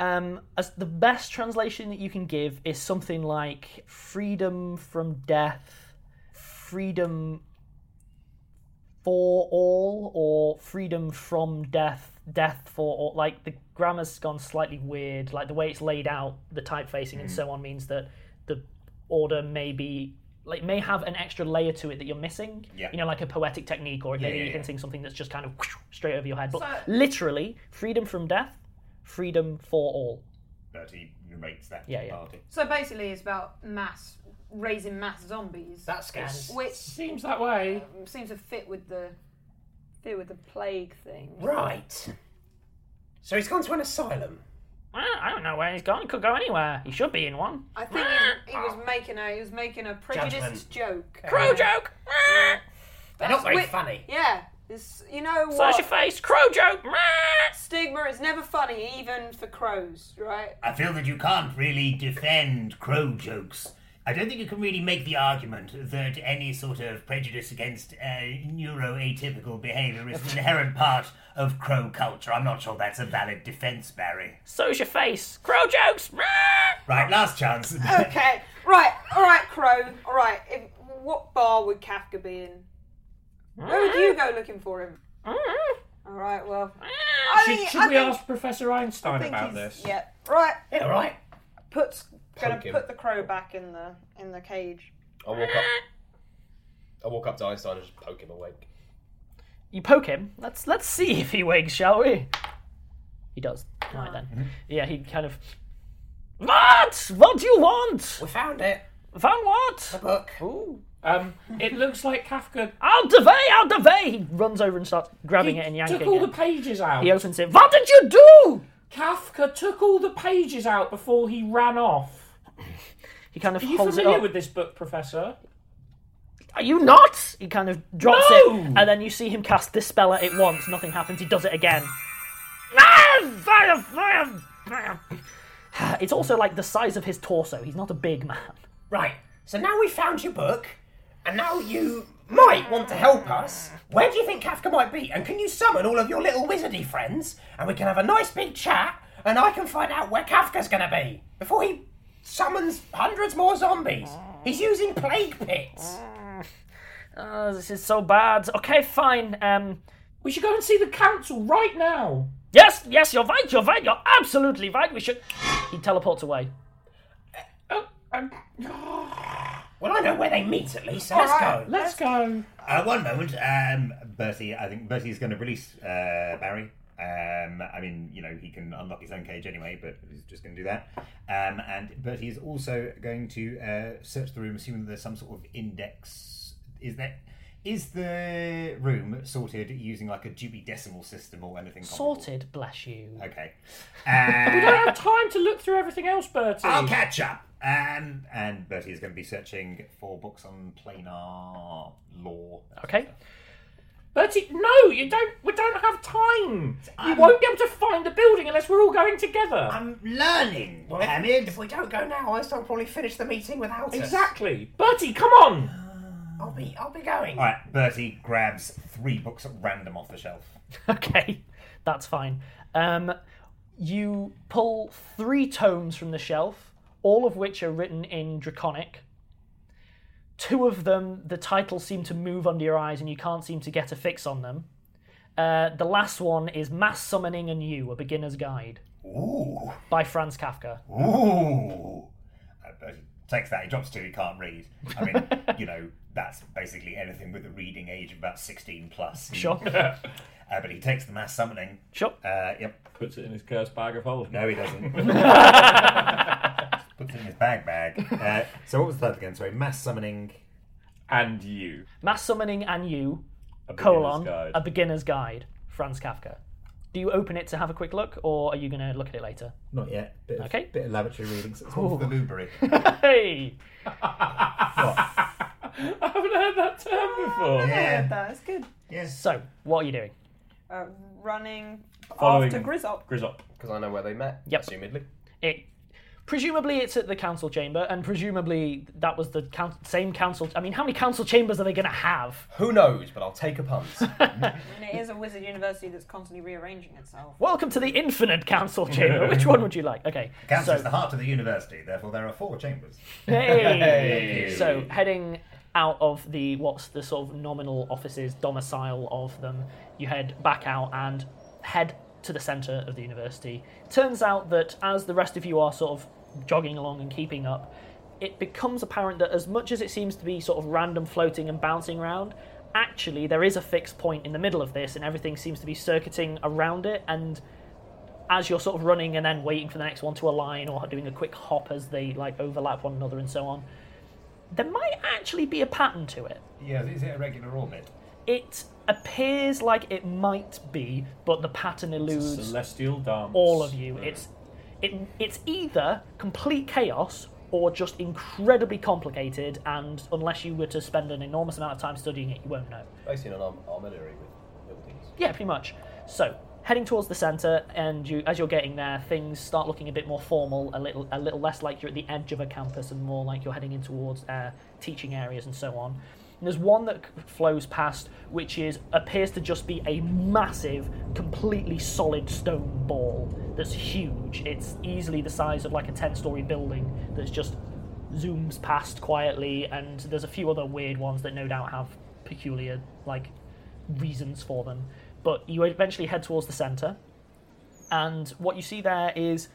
C: Um, as the best translation that you can give is something like freedom from death, freedom for all, or freedom from death, death for all. Like the grammar's gone slightly weird. Like the way it's laid out, the type facing
T: Mm.
C: and so on means that the order may be like may have an extra layer to it that you're missing.
T: Yeah.
C: You know, like a poetic technique, or it
T: Yeah,
C: may be
T: yeah, yeah.
C: hinting something that's just kind of straight over your head. But
D: So-
C: literally, freedom from death, freedom for all.
D: Bertie narrates that
C: Yeah,
D: to the
C: yeah.
D: party.
E: So basically, it's about mass raising mass zombies. That
I: scans.
E: Which
T: seems that way.
E: seems to fit with the fit with the plague thing.
I: Right. So he's gone to an asylum.
C: Well, I don't know where he's gone. He could go anywhere. He should be in one.
E: I think he, he was making a he was making a prejudiced joke.
C: Crow joke.
E: That's
I: not very
E: wi-
I: funny.
E: Yeah, This, you know what?
C: Slash your face, crow joke.
E: Stigma is never funny, even for crows, right?
D: I feel that you can't really defend crow jokes. I don't think you can really make the argument that any sort of prejudice against uh, neuroatypical behaviour is an inherent part of crow culture. I'm not sure that's a valid defence, Barry.
C: So's your face, crow jokes.
D: Right, last chance.
E: okay, right, all right, crow, all right. If, what bar would Kafka be in? Where would you go looking for him? All right, well, I
T: Mm. Should,
E: think-
T: should
E: I
T: we
E: think-
T: ask Professor Einstein
E: think
T: about
E: he's-
T: this?
E: Yeah. Right.
T: Yeah, right.
E: Puts gonna
G: Poke him.
E: put the crow back in the in the cage.
G: I walk up. I walk up to Einstein and just poke him awake.
C: You poke him. Let's let's see if he wakes, shall we? He does. Right then.
T: Mm-hmm.
C: Yeah, he kind of. What? What do you want? We
I: found it.
C: Found what? The
I: book.
C: Ooh.
T: Um, it looks like Kafka
C: Out the way! Out the way! He runs over and starts grabbing it and yanking
T: took all
C: it.
T: the pages out.
C: He opens it. What did you do?
T: Kafka took all the pages out before he ran off.
C: He kind of
T: Are you
C: holds it
T: familiar
C: up.
T: with this book, Professor?
C: Are you not? He kind of drops
T: No!
C: it, and then you see him cast this spell at it once. Nothing happens. He does it again. It's also like the size of his torso. He's not a big man.
I: Right, so now we found your book, and now you might want to help us. Where do you think Kafka might be? And can you summon all of your little wizardy friends, and we can have a nice big chat, and I can find out where Kafka's gonna be before he summons hundreds more zombies. He's using plague pits.
C: Oh, this is so bad. Okay, fine. Um,
T: we should go and see the council right now.
C: Yes, yes, you're right. You're right. You're absolutely right. We should. He teleports away.
I: Well, I know where they meet at least, so
D: All
I: let's
D: right,
I: go.
T: Let's go.
D: Uh, one moment, um, Bertie. I think Bertie's going to release uh, Barry. Um, I mean, you know, he can unlock his own cage anyway, but he's just going to do that. Um, and Bertie is also going to uh, search the room, assuming there's some sort of index. Is that is the room sorted using like a Dewey decimal system or anything? comparable?
C: Sorted. Bless you.
D: Okay.
T: we don't
D: Uh,
T: have time to look through everything else, Bertie.
D: I'll catch up. Um, and Bertie is going to be searching for books on planar law.
C: Okay.
T: Bertie, no, you don't. We don't have time. you won't be able to find the building unless we're all going together.
D: I'm learning.
I: Well, if, if we don't go now, Einstein will probably finish the meeting without us.
T: Exactly, Bertie. Come on.
I: I'll be, I'll be going.
D: All right, Bertie grabs three books at random off the shelf.
C: Okay, that's fine. Um, you pull three tomes from the shelf, all of which are written in Draconic. Two of them, the titles seem to move under your eyes and you can't seem to get a fix on them. Uh, the last one is Mass Summoning and You, A Beginner's Guide.
D: Ooh.
C: By Franz Kafka.
D: Ooh. Uh, Bertie takes that. He drops two. He can't read. I mean, you know, that's basically anything with a reading age of about 16 plus.
C: Sure.
D: uh, but he takes the mass summoning.
C: Sure.
D: Uh, yep.
F: Puts it in his cursed bag of holding.
D: No, he doesn't. Puts it in his bag bag. Uh, so what was the third again? Sorry, mass summoning.
F: And you.
C: Mass Summoning and You,
F: A Beginner's
C: colon,
F: Guide.
C: A Beginner's Guide, Franz Kafka. Do you open it to have a quick look, or are you going to look at it later?
D: Not yet. Bit of,
C: Okay.
D: Bit of laboratory readings. It's one for the Lubery.
C: hey!
T: I haven't heard that
E: Ah,
T: term before.
E: Yeah, that's good.
C: So, what are you doing?
E: Uh, running
F: Following
E: after Grizzop.
F: Grizzop.
G: Because I know where they met,
C: Yep.
G: assumedly.
C: It presumably it's at the council chamber, and presumably that was the coun same council. I mean, how many council chambers are they going to have?
G: Who knows, but I'll take a punt.
E: And it is a wizard university that's constantly rearranging itself.
C: Welcome to the infinite council chamber. Which one would you like? Okay,
D: Council
C: so
D: is the heart of the university, therefore there are four chambers.
C: Hey. So heading out of the what's the sort of nominal offices domicile of them, you head back out and head to the centre of the university. Turns out that as the rest of you are sort of jogging along and keeping up, it becomes apparent that as much as it seems to be sort of random floating and bouncing around, actually there is a fixed point in the middle of this and everything seems to be circuiting around it and as you're sort of running and then waiting for the next one to align or doing a quick hop as they like overlap one another and so on, there might actually be a pattern to it.
D: Yeah, is it a regular orbit?
C: It appears like it might be, but the pattern eludes
F: Celestial dance.
C: all of you. It's it, it's either complete chaos or just incredibly complicated, and unless you were to spend an enormous amount of time studying it, you won't know.
G: Basically, an arm- armillary with buildings.
C: Yeah, pretty much. So, heading towards the centre, and you, as you're getting there, things start looking a bit more formal, a little, a little less like you're at the edge of a campus, and more like you're heading in towards uh, teaching areas and so on. And there's one that c- flows past, which is appears to just be a massive, completely solid stone ball that's huge. It's easily the size of like a ten-story building that's just zooms past quietly, and there's a few other weird ones that no doubt have peculiar like reasons for them. But you eventually head towards the centre, and what you see there is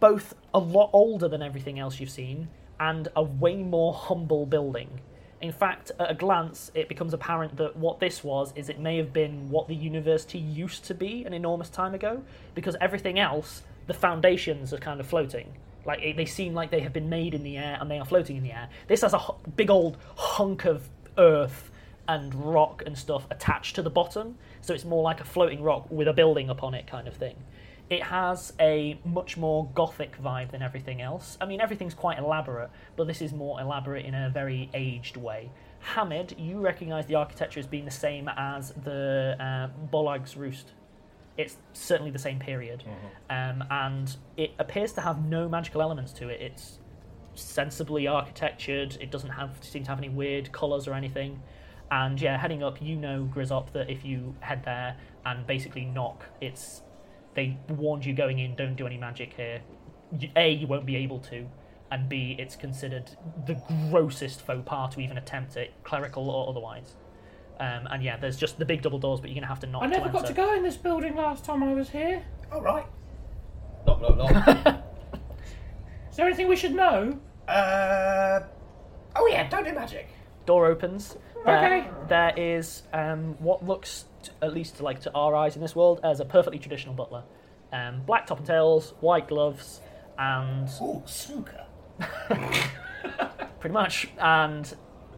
C: both a lot older than everything else you've seen and a way more humble building. In fact, at a glance, it becomes apparent that what this was is it may have been what the university used to be an enormous time ago, because everything else, the foundations are kind of floating. Like it, they seem like they have been made in the air and they are floating in the air. This has a hu- big old hunk of earth and rock and stuff attached to the bottom, so it's more like a floating rock with a building upon it kind of thing. It has a much more gothic vibe than everything else. I mean, everything's quite elaborate, but this is more elaborate in a very aged way. Hamid, you recognise the architecture as being the same as the uh, Bolag's Roost. It's certainly the same period, um, and it appears to have no magical elements to it. It's sensibly architectured. It doesn't have seem to have any weird colours or anything. And yeah, heading up, you know, Grizzop, that if you head there and basically knock, it's they warned you going in, don't do any magic here. You- A, you won't be able to, and B, it's considered the grossest faux pas to even attempt it, clerical or otherwise. Um, and yeah, there's just the big double doors, but you're gonna have to knock.
T: I never
C: to
T: got
C: enter.
T: to go in this building last time I was here.
I: All right.
G: Knock, knock, knock.
T: Is there anything we should know?
I: Uh, oh yeah, don't do magic.
C: Door opens. There-
I: Okay.
C: There is um, what looks, t at least like to our eyes in this world, as a perfectly traditional butler. Um, black top and tails, white gloves, and
I: Ooh, snooker.
C: pretty much, and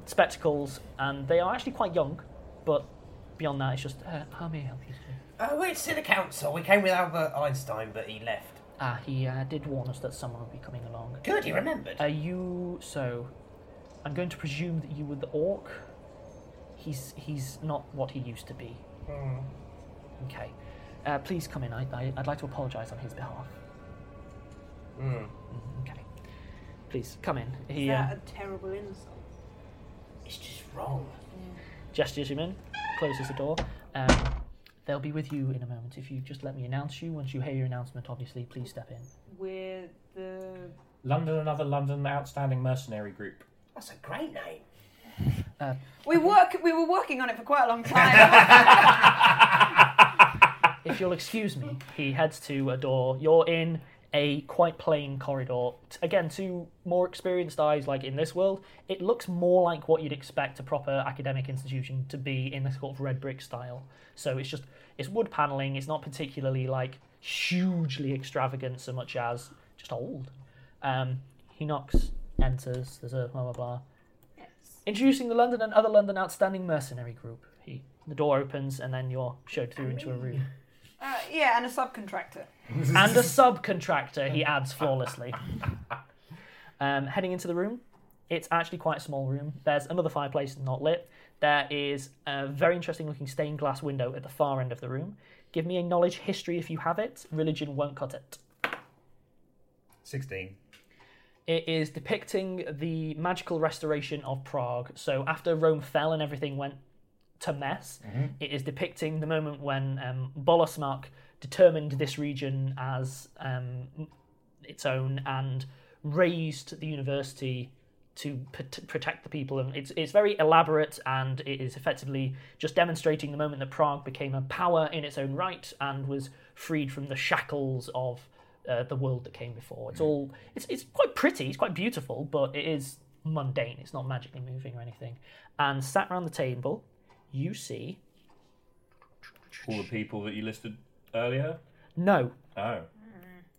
C: spectacles, and they are actually quite young, but beyond that, it's just uh, how may I help you?
I: Uh, we're to the council. We came with Albert Einstein, but he left.
C: Ah, he uh, did warn us that someone would be coming along.
I: Good, he remembered.
C: Are you so? I'm going to presume that you were the orc. He's he's not what he used to be.
I: Hmm.
C: Okay. Uh, please come in. I, I, I'd like to apologise on his behalf.
I: Mm.
C: Okay. Please come in.
E: Is
C: He uh,
T: um,
E: that a terrible insult?
I: It's just wrong.
C: gestures him in, closes the door. Um, they'll be with you in a moment. If you just let me announce you, once you hear your announcement, obviously, please step in.
E: We're the
F: London, another London outstanding mercenary group.
I: That's a great name.
E: we work. We were working on it for quite a long time.
C: If you'll excuse me, he heads to a door. You're in a quite plain corridor. T- Again, to more experienced eyes, like in this world, it looks more like what you'd expect a proper academic institution to be in this sort of red brick style. So it's just it's wood paneling. It's not particularly like hugely extravagant so much as just old. Um, he knocks, enters. There's a blah blah blah. Introducing the London and other London outstanding mercenary group. He the door opens and then you're showed through into a room
E: uh, yeah, and a subcontractor.
C: and a subcontractor, he adds flawlessly. Um, heading into the room, it's actually quite a small room. There's another fireplace not lit. There is a very interesting looking stained glass window at the far end of the room. Give me a knowledge history if you have it. Religion won't cut it.
D: 16.
C: It is depicting the magical restoration of Prague. So after Rome fell and everything went to mess,
D: Mhm.
C: it is depicting the moment when um, Bolesmark determined this region as um, its own and raised the university to p- protect the people. And it's it's very elaborate and it is effectively just demonstrating the moment that Prague became a power in its own right and was freed from the shackles of uh, the world that came before. It's all it's it's quite pretty. It's quite beautiful, but it is mundane. It's not magically moving or anything. And sat around the table, you see
F: All the people that you listed earlier.
C: no
F: Oh.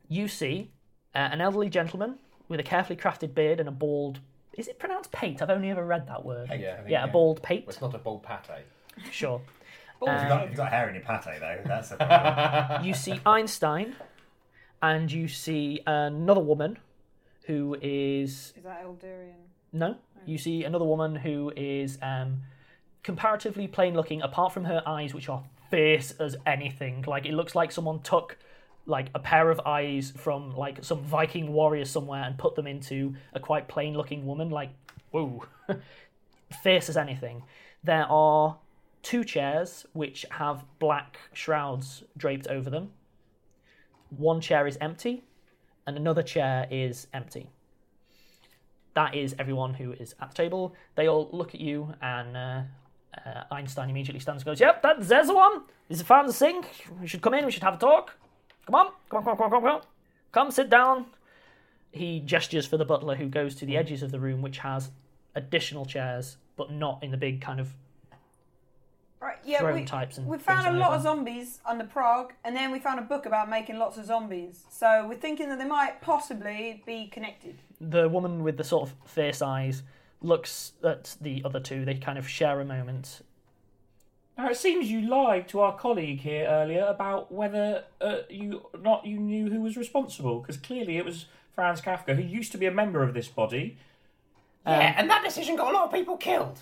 C: you see uh, an elderly gentleman with a carefully crafted beard and a bald. Is it pronounced pate? I've only ever read that word.
D: Pate, I think,
C: yeah,
D: yeah.
C: a bald pate.
G: It's not a bald pate.
C: Sure.
D: Well, if, you've got, if
C: Um,
D: you've got hair in your pate, though, that's a problem.
C: you see Einstein, and you see another woman who is
E: Is that Eldurian?
C: no. You see another woman who is um, comparatively plain looking, apart from her eyes, which are fierce as anything. Like it looks like someone took like a pair of eyes from like some Viking warrior somewhere and put them into a quite plain looking woman. Like, whoa, fierce as anything. There are two chairs which have black shrouds draped over them. One chair is empty, and another chair is empty. That is everyone who is at the table. They all look at you, and uh, uh, Einstein immediately stands and goes, Yep, that's there's the one. There's a fan to sink. We should come in, we should have a talk. Come on, come on, come on, come on, come on. Come, sit down. He gestures for the butler who goes to the edges of the room, which has additional chairs, but not in the big kind of
E: Right, yeah,
C: Throne
E: we,
C: types and
E: we
C: things
E: found a
C: like
E: lot
C: that.
E: of zombies under Prague, and then we found a book about making lots of zombies. So we're thinking that they might possibly be connected.
C: the woman with the sort of fierce eyes looks at the other two. They kind of share a moment.
F: Now it seems you lied to our colleague here earlier about whether uh, you not you knew who was responsible because clearly it was Franz Kafka who used to be a member of this body. Um,
I: yeah, and that decision got a lot of people killed.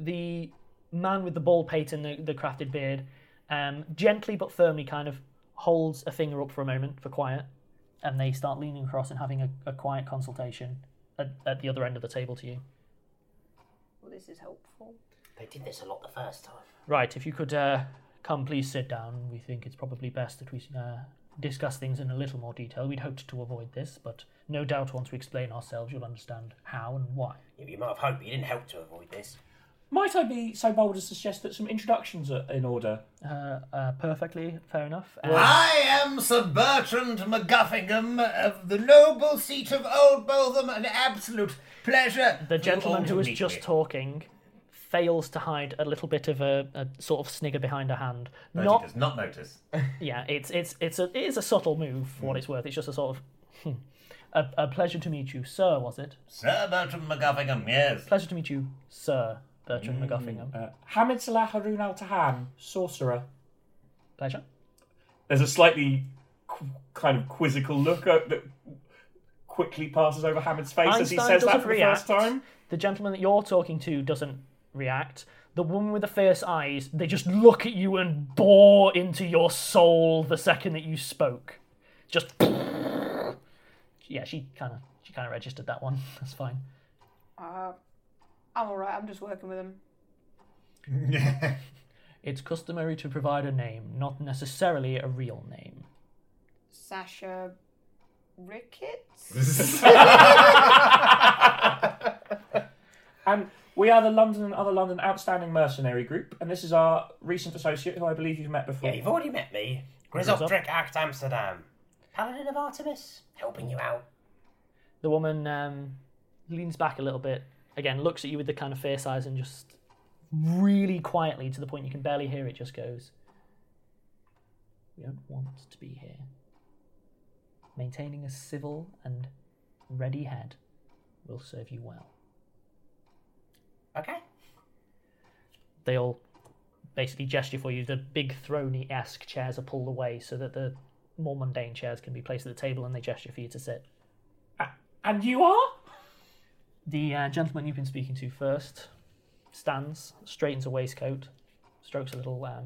C: Um, The man with the ball pate and the, the crafted beard um, gently but firmly kind of holds a finger up for a moment for quiet, and they start leaning across and having a, a quiet consultation at, at the other end of the table to you.
E: Well, this is helpful.
I: They did this a lot the first time.
C: Right, if you could uh, come, please sit down. We think it's probably best that we uh, discuss things in a little more detail. We'd hoped to avoid this, but no doubt once we explain ourselves, you'll understand how and why.
I: Yeah, you might have hoped, but you didn't help to avoid this.
F: Might I be so bold as to suggest that some introductions are in order?
C: Uh, uh, perfectly, fair enough. Uh,
A: I am Sir Bertrand McGuffingham of the noble seat of Old Boltham. An absolute pleasure.
C: The gentleman who was
A: meet
C: just
A: me.
C: talking fails to hide a little bit of a, a sort of snigger behind her hand.
D: Bertie
C: not,
D: does not notice.
C: yeah, it's it's it's a it is a subtle move for what it's worth. It's just a sort of hmm, a, a pleasure to meet you, sir. Was it?
A: Sir Bertrand McGuffingham, yes. Mm.
C: Pleasure to meet you, sir Bertrand McGuffingham.
F: Hamid Salah Harun Al Tahan, sorcerer.
C: Pleasure.
F: There's a slightly qu- kind of quizzical look o- that quickly passes over Hamid's face as he
C: Einstein
F: says that
C: doesn't
F: for the
C: react.
F: first time.
C: The gentleman that you're talking to doesn't react. The woman with the fierce eyes, they just look at you and bore into your soul the second that you spoke. Just Yeah, she kinda she kinda registered that one. That's fine.
E: Uh, I'm alright, I'm just working with them.
C: it's customary to provide a name, not necessarily a real name.
E: Sasha Ricketts?
F: And we are the London and Other London Outstanding Mercenary Group, and this is our recent associate who I believe you've met before.
I: Yeah, you've already met me. Grisoptric Act Amsterdam. Paladin of Artemis, helping you out.
C: The woman um, leans back a little bit, again, looks at you with the kind of fierce eyes and just really quietly, to the point you can barely hear it, just goes, We don't want to be here. Maintaining a civil and ready head will serve you well.
I: Okay.
C: They all basically gesture for you. The big throny esque chairs are pulled away so that the more mundane chairs can be placed at the table and they gesture for you to sit.
F: And you are?
C: The uh, gentleman you've been speaking to first stands, straightens a waistcoat, strokes a little um,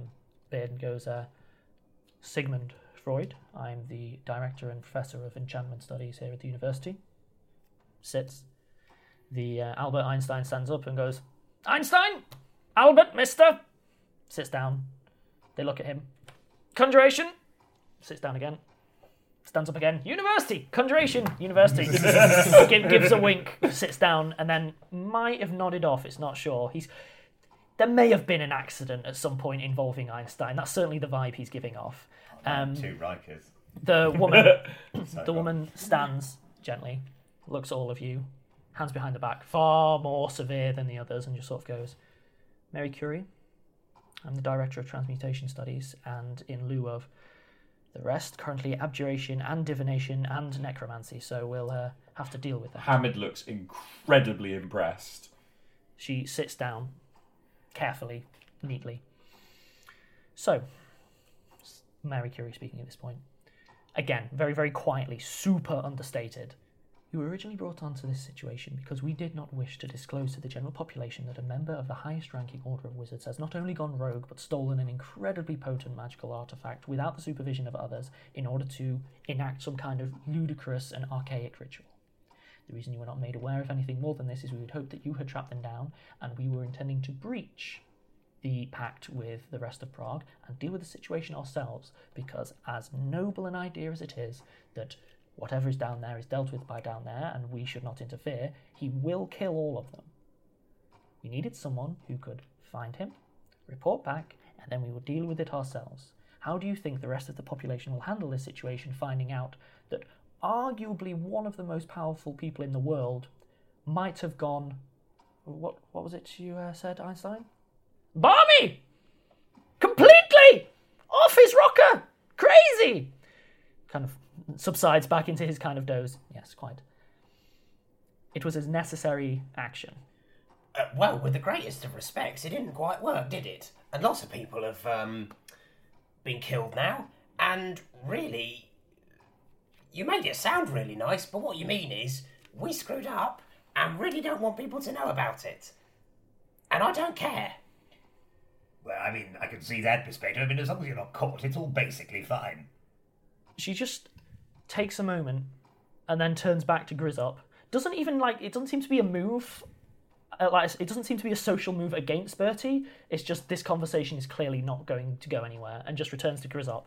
C: beard, and goes, uh, Sigmund Freud, I'm the director and professor of enchantment studies here at the university. Sits. The uh, Albert Einstein stands up and goes, Einstein! Albert, mister! Sits down. They look at him. Conjuration! Sits down again. Stands up again. University! Conjuration! University! Gi- gives a wink, sits down, and then might have nodded off. It's not sure. He's. There may have been an accident at some point involving Einstein. That's certainly the vibe he's giving off. Um,
D: Two Rikers.
C: the woman,
D: Sorry, go
C: the
D: on.
C: woman stands gently, looks at all of you, hands behind the back, far more severe than the others, and just sort of goes, "Mary Curie, I'm the director of transmutation studies, and in lieu of the rest, currently abjuration and divination and necromancy, so we'll uh, have to deal with that."
F: Hamid looks incredibly impressed.
C: She sits down carefully, neatly. So, s- Mary Curie speaking at this point. Again, very, very quietly, super understated.
S: We were originally brought onto this situation because we did not wish to disclose to the general population that a member of the highest ranking order of wizards has not only gone rogue but stolen an incredibly potent magical artifact without the supervision of others in order to enact some kind of ludicrous and archaic ritual. The reason you were not made aware of anything more than this is we would hope that you had trapped them down and we were intending to breach the pact with the rest of Prague and deal with the situation ourselves because, as noble an idea as it is, that whatever is down there is dealt with by down there and we should not interfere, he will kill all of them. We needed someone who could find him, report back, and then we will deal with it ourselves. How do you think the rest of the population will handle this situation, finding out that arguably one of the most powerful people in the world might have gone. What, what was it you uh, said, Einstein? Barmy! Completely! Off his rocker! Crazy! Kind of subsides back into his kind of doze. Yes, quite. It was a necessary action.
I: Uh, well, with the greatest of respects, it didn't quite work, did it? And lots of people have um, been killed now. And really, you made it sound really nice, but what you mean is we screwed up and really don't want people to know about it. And I don't care.
A: Well, I mean, I can see that perspective. I mean, as long as you're not caught, it's all basically fine.
C: She just takes a moment and then turns back to Grizzop. Doesn't even like it doesn't seem to be a move. uh, Like it doesn't seem to be a social move against Bertie. It's just this conversation is clearly not going to go anywhere, and just returns to Grizzop.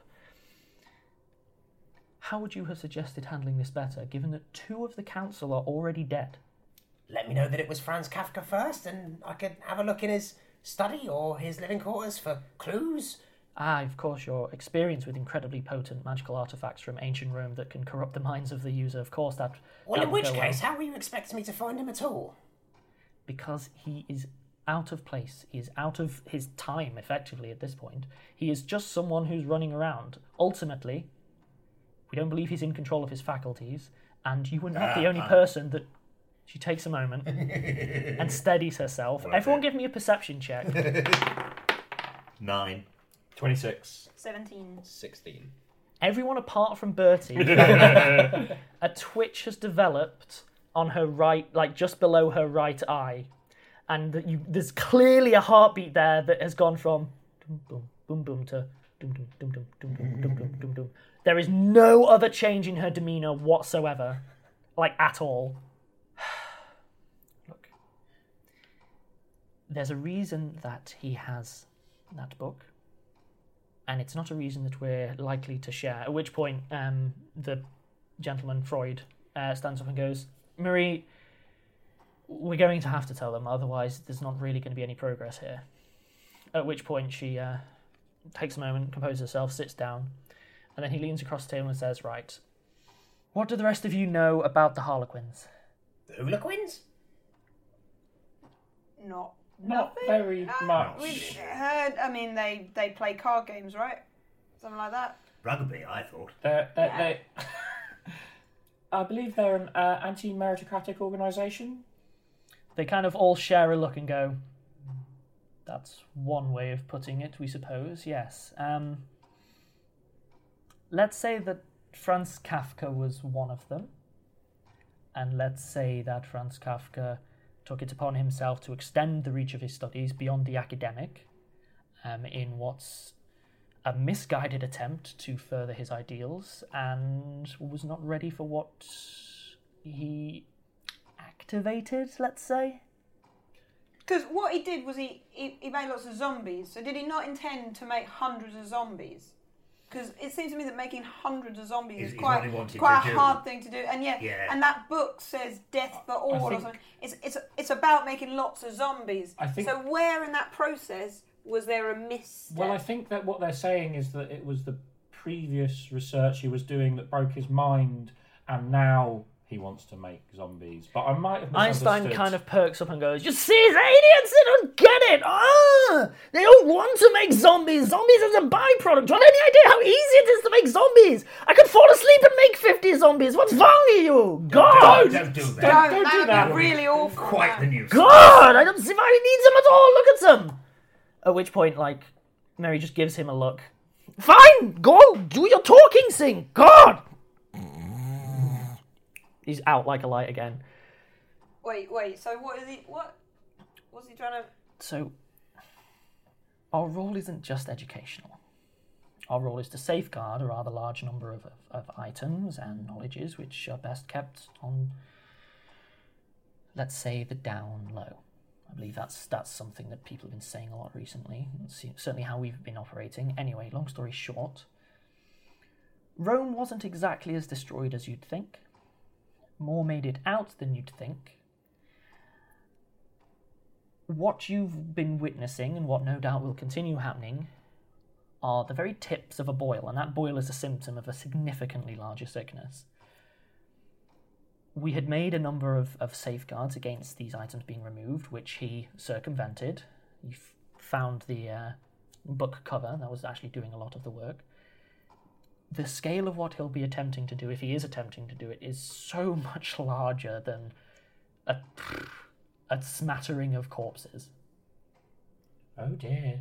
C: How would you have suggested handling this better, given that two of the council are already dead?
I: Let me know that it was Franz Kafka first, and I could have a look in his study or his living quarters for clues.
C: Ah, of course, your experience with incredibly potent magical artifacts from ancient Rome that can corrupt the minds of the user. Of course, that.
I: Well,
C: that
I: in
C: would
I: which
C: go
I: case,
C: well.
I: how were you expecting me to find him at all?
C: because he is out of place. He is out of his time, effectively, at this point. He is just someone who's running around. Ultimately, we don't believe he's in control of his faculties, and you were not the
T: Ah,
C: only
T: ah.
C: person that. She takes a moment and steadies herself.
D: Worth
C: Everyone, give me a perception check.
D: Nine.
F: 26.
E: 17.
G: 16.
C: Everyone apart from Bertie, a twitch has developed on her right, like just below her right eye, and that you, there's clearly a heartbeat there that has gone from dum boom boom boom to dum dum dum dum dum dum dum dum dum dum. There is no other change in her demeanor whatsoever, like at all. Look, there's a reason that he has that book and it's not a reason that we're likely to share. At which point, um, the gentleman Freud uh, stands up and goes, "Marie, we're going to have to tell them, otherwise, there's not really going to be any progress here." At which point, she uh, takes a moment, composes herself, sits down, and then he leans across the table and says, "Right, what do the rest of you know about the Harlequins?"
I: The Harlequins?
E: Not.
F: Not
E: nothing?
F: very
E: Ah,
F: much.
E: We've heard, I mean, they, they play card games, right? Something like that.
D: Rugby, I thought.
F: They're, they're, Uh, they I believe they're an uh, anti meritocratic organisation.
C: They kind of all share a look and go, that's one way of putting it, we suppose, yes. Um, let's say that Franz Kafka was one of them. And let's say that Franz Kafka took it upon himself to extend the reach of his studies beyond the academic um, in what's a misguided attempt to further his ideals and was not ready for what he activated, let's say.
E: Because what he did was he, he, he made lots of zombies. So did he not intend to make hundreds of zombies? Because it seems to me that making hundreds of zombies
D: Is-
E: is
D: is
E: quite,
D: what he wanted
E: quite
D: to
E: a
D: do.
E: hard thing to do. And yeah,
D: Yeah.
E: and that book says death for all or
F: think-
E: something. It's, it's, it's about making lots of zombies.
F: I think-
E: so where in that process was there a misstep?
F: Well, I think that what they're saying is that it was the previous research he was doing that broke his mind, and now he wants to make zombies. But I might have
C: Einstein
F: misunderstood.
C: kind of perks up and goes, You see, these idiots, they don't get it! Ah! They don't want to make zombies! Zombies is a byproduct! Do you have any idea how easy it is to make zombies? I could fall asleep and make 50 zombies! What's wrong with you? God!
D: Don't, don't do that.
C: Don't- don't do that.
E: Really awful.
D: Quite the nuisance.
C: God! I don't see why he needs them at all! Look at them! At which point, like, Mary just gives him a look. Fine! Go! Do your talking thing! God! He's out like a light again.
E: Wait, wait. So what is he? What was he trying to?
C: So, our role isn't just educational. Our role is to safeguard a rather large number of, of, of items and knowledges which are best kept on, let's say, the down low. I believe that's that's something that people have been saying a lot recently. It's certainly how we've been operating. Anyway, long story short, Rome wasn't exactly as destroyed as you'd think. More made it out than you'd think. What you've been witnessing, and what no doubt will continue happening, are the very tips of a boil, and that boil is a symptom of a significantly larger sickness. We had made a number of, of safeguards against these items being removed, which he circumvented. You f- found the uh, book cover that was actually doing a lot of the work. The scale of what he'll be attempting to do, if he is attempting to do it, is so much larger than a, a smattering of corpses.
S: Oh dear.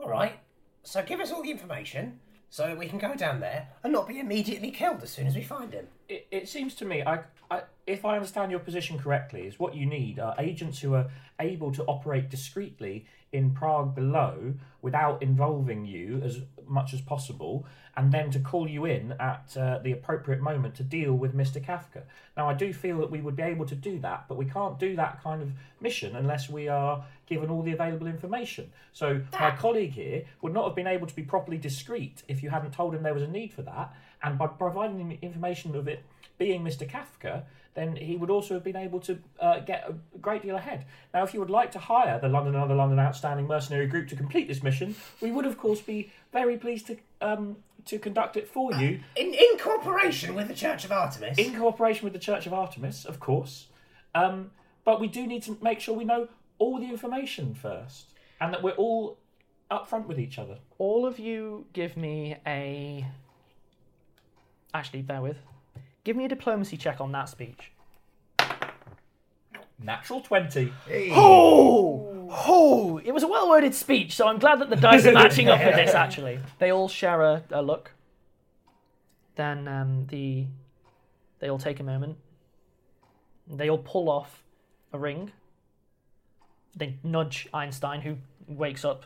I: All right. So give us all the information so we can go down there and not be immediately killed as soon as we find him.
F: It, it seems to me, I, I, if I understand your position correctly, is what you need are agents who are able to operate discreetly in Prague below without involving you as much as possible, and then to call you in at uh, the appropriate moment to deal with Mr. Kafka. Now, I do feel that we would be able to do that, but we can't do that kind of mission unless we are given all the available information. So, my colleague here would not have been able to be properly discreet if you hadn't told him there was a need for that, and by providing him information of it being Mr. Kafka, then he would also have been able to uh, get a great deal ahead. Now, if you would like to hire the London and other London Outstanding Mercenary Group to complete this mission, we would of course be very pleased to um, to conduct it for you
I: Uh, in in cooperation with the Church of Artemis.
F: in cooperation with the Church of Artemis, of course. Um, but we do need to make sure we know all the information first, and that we're all upfront with each other.
C: All of you give me a. Actually, bear with. Give me a diplomacy check on that speech.
F: Natural twenty.
C: Oh, oh! It was a well-worded speech, so I'm glad that the dice are matching up with this. Actually, they all share a, a look. Then um, the they all take a moment. They all pull off a ring. They nudge Einstein, who wakes up,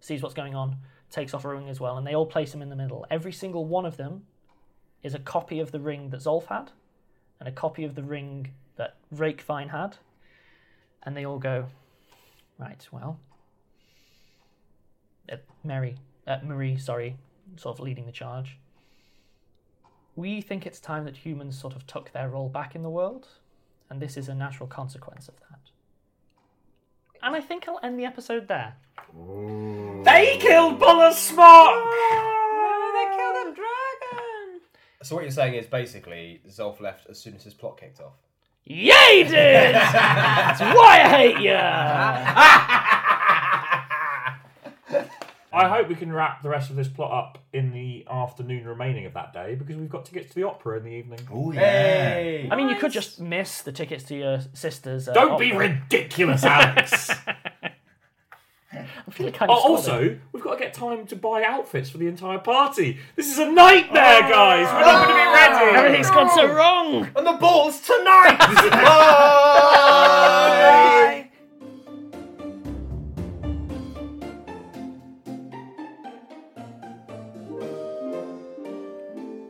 C: sees what's going on, takes off a ring as well, and they all place him in the middle. Every single one of them is a copy of the ring that Zolf had, and a copy of the ring that Rakevine had, and they all go, right, well, uh, Mary, uh, Marie, sorry, sort of leading the charge. We think it's time that humans sort of took their role back in the world, and this is a natural consequence of that. And I think I'll end the episode there. They killed Buller
E: They killed a dragon.
G: So what you're saying is basically Zolf left as soon as his plot kicked off.
C: Yay, dude! That's why I hate you!
F: I hope we can wrap the rest of this plot up in the afternoon remaining of that day because we've got tickets to the opera in the evening.
D: Oh
C: I mean, you could just miss the tickets to your sister's. Uh,
F: Don't be
C: opera.
F: ridiculous, Alex.
C: I feel kind
F: Oh,
C: of scolded.
F: also, we've got to get time to buy outfits for the entire party. This is a nightmare, guys. We're not going to be ready.
C: Everything's gone so wrong.
F: And the ball's tonight.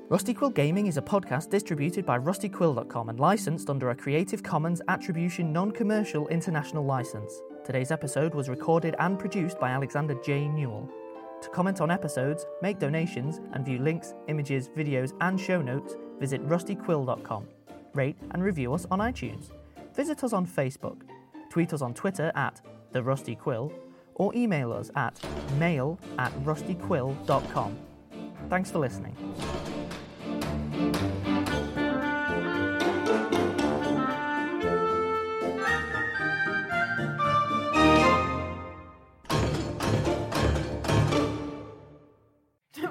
C: Rusty Quill Gaming is a podcast distributed by rustyquill.com and licensed under a Creative Commons Attribution Non Commercial International License. Today's episode was recorded and produced by Alexander J. Newell. To comment on episodes, make donations, and view links, images, videos, and show notes, visit rustyquill.com. Rate and review us on iTunes. Visit us on Facebook. Tweet us on Twitter at The Rusty Quill or email us at mail at rustyquill.com. Thanks for listening.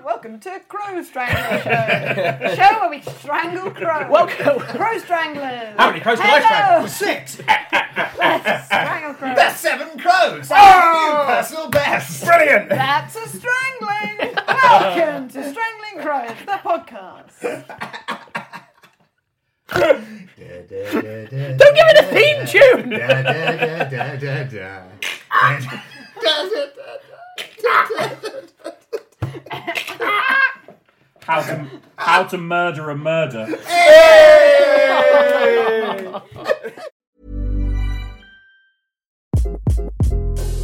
E: Welcome to Crow Strangler Show, the show where we strangle crows. Welcome, Crow Stranglers.
A: How many crows can I strangle? Six.
E: Let's strangle crows.
A: That's seven crows.
E: Oh!
A: You personal best.
E: That's a strangling. Welcome to Strangling Crows, the podcast.
U: Don't
D: give me the theme tune!
F: How to how to murder a murder.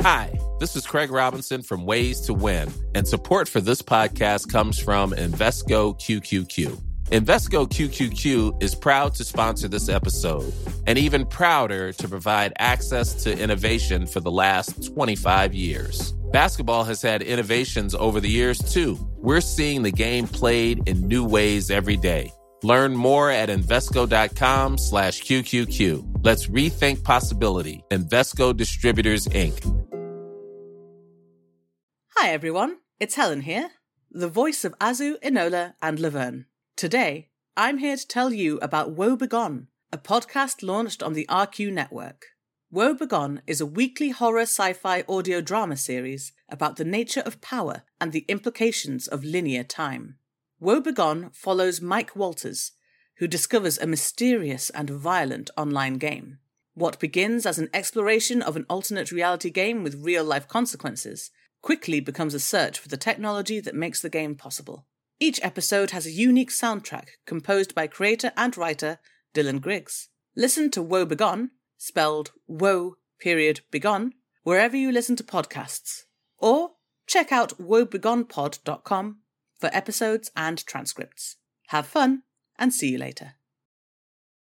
V: Hi, this is Craig Robinson from Ways to Win, and support for this podcast comes from Invesco QQQ. Invesco QQQ is proud to sponsor this episode and even prouder to provide access to innovation for the last 25 years. Basketball has had innovations over the years, too. We're seeing the game played in new ways every day. Learn more at Invesco.com slash QQQ. Let's rethink possibility. Invesco Distributors, Inc.
A: Hi everyone, it's Helen here, the voice of Azu, Inola, and Laverne. Today, I'm here to tell you about Woe Begone, a podcast launched on the RQ network. Woe Begone is a weekly horror sci fi audio drama series about the nature of power and the implications of linear time. Woe Begone follows Mike Walters, who discovers a mysterious and violent online game. What begins as an exploration of an alternate reality game with real life consequences quickly becomes a search for the technology that makes the game possible. Each episode has a unique soundtrack composed by creator and writer Dylan Griggs. Listen to Woe Begone, spelled Woe period Begone, wherever you listen to podcasts, or check out woebegonepod.com for episodes and transcripts. Have fun and see you later.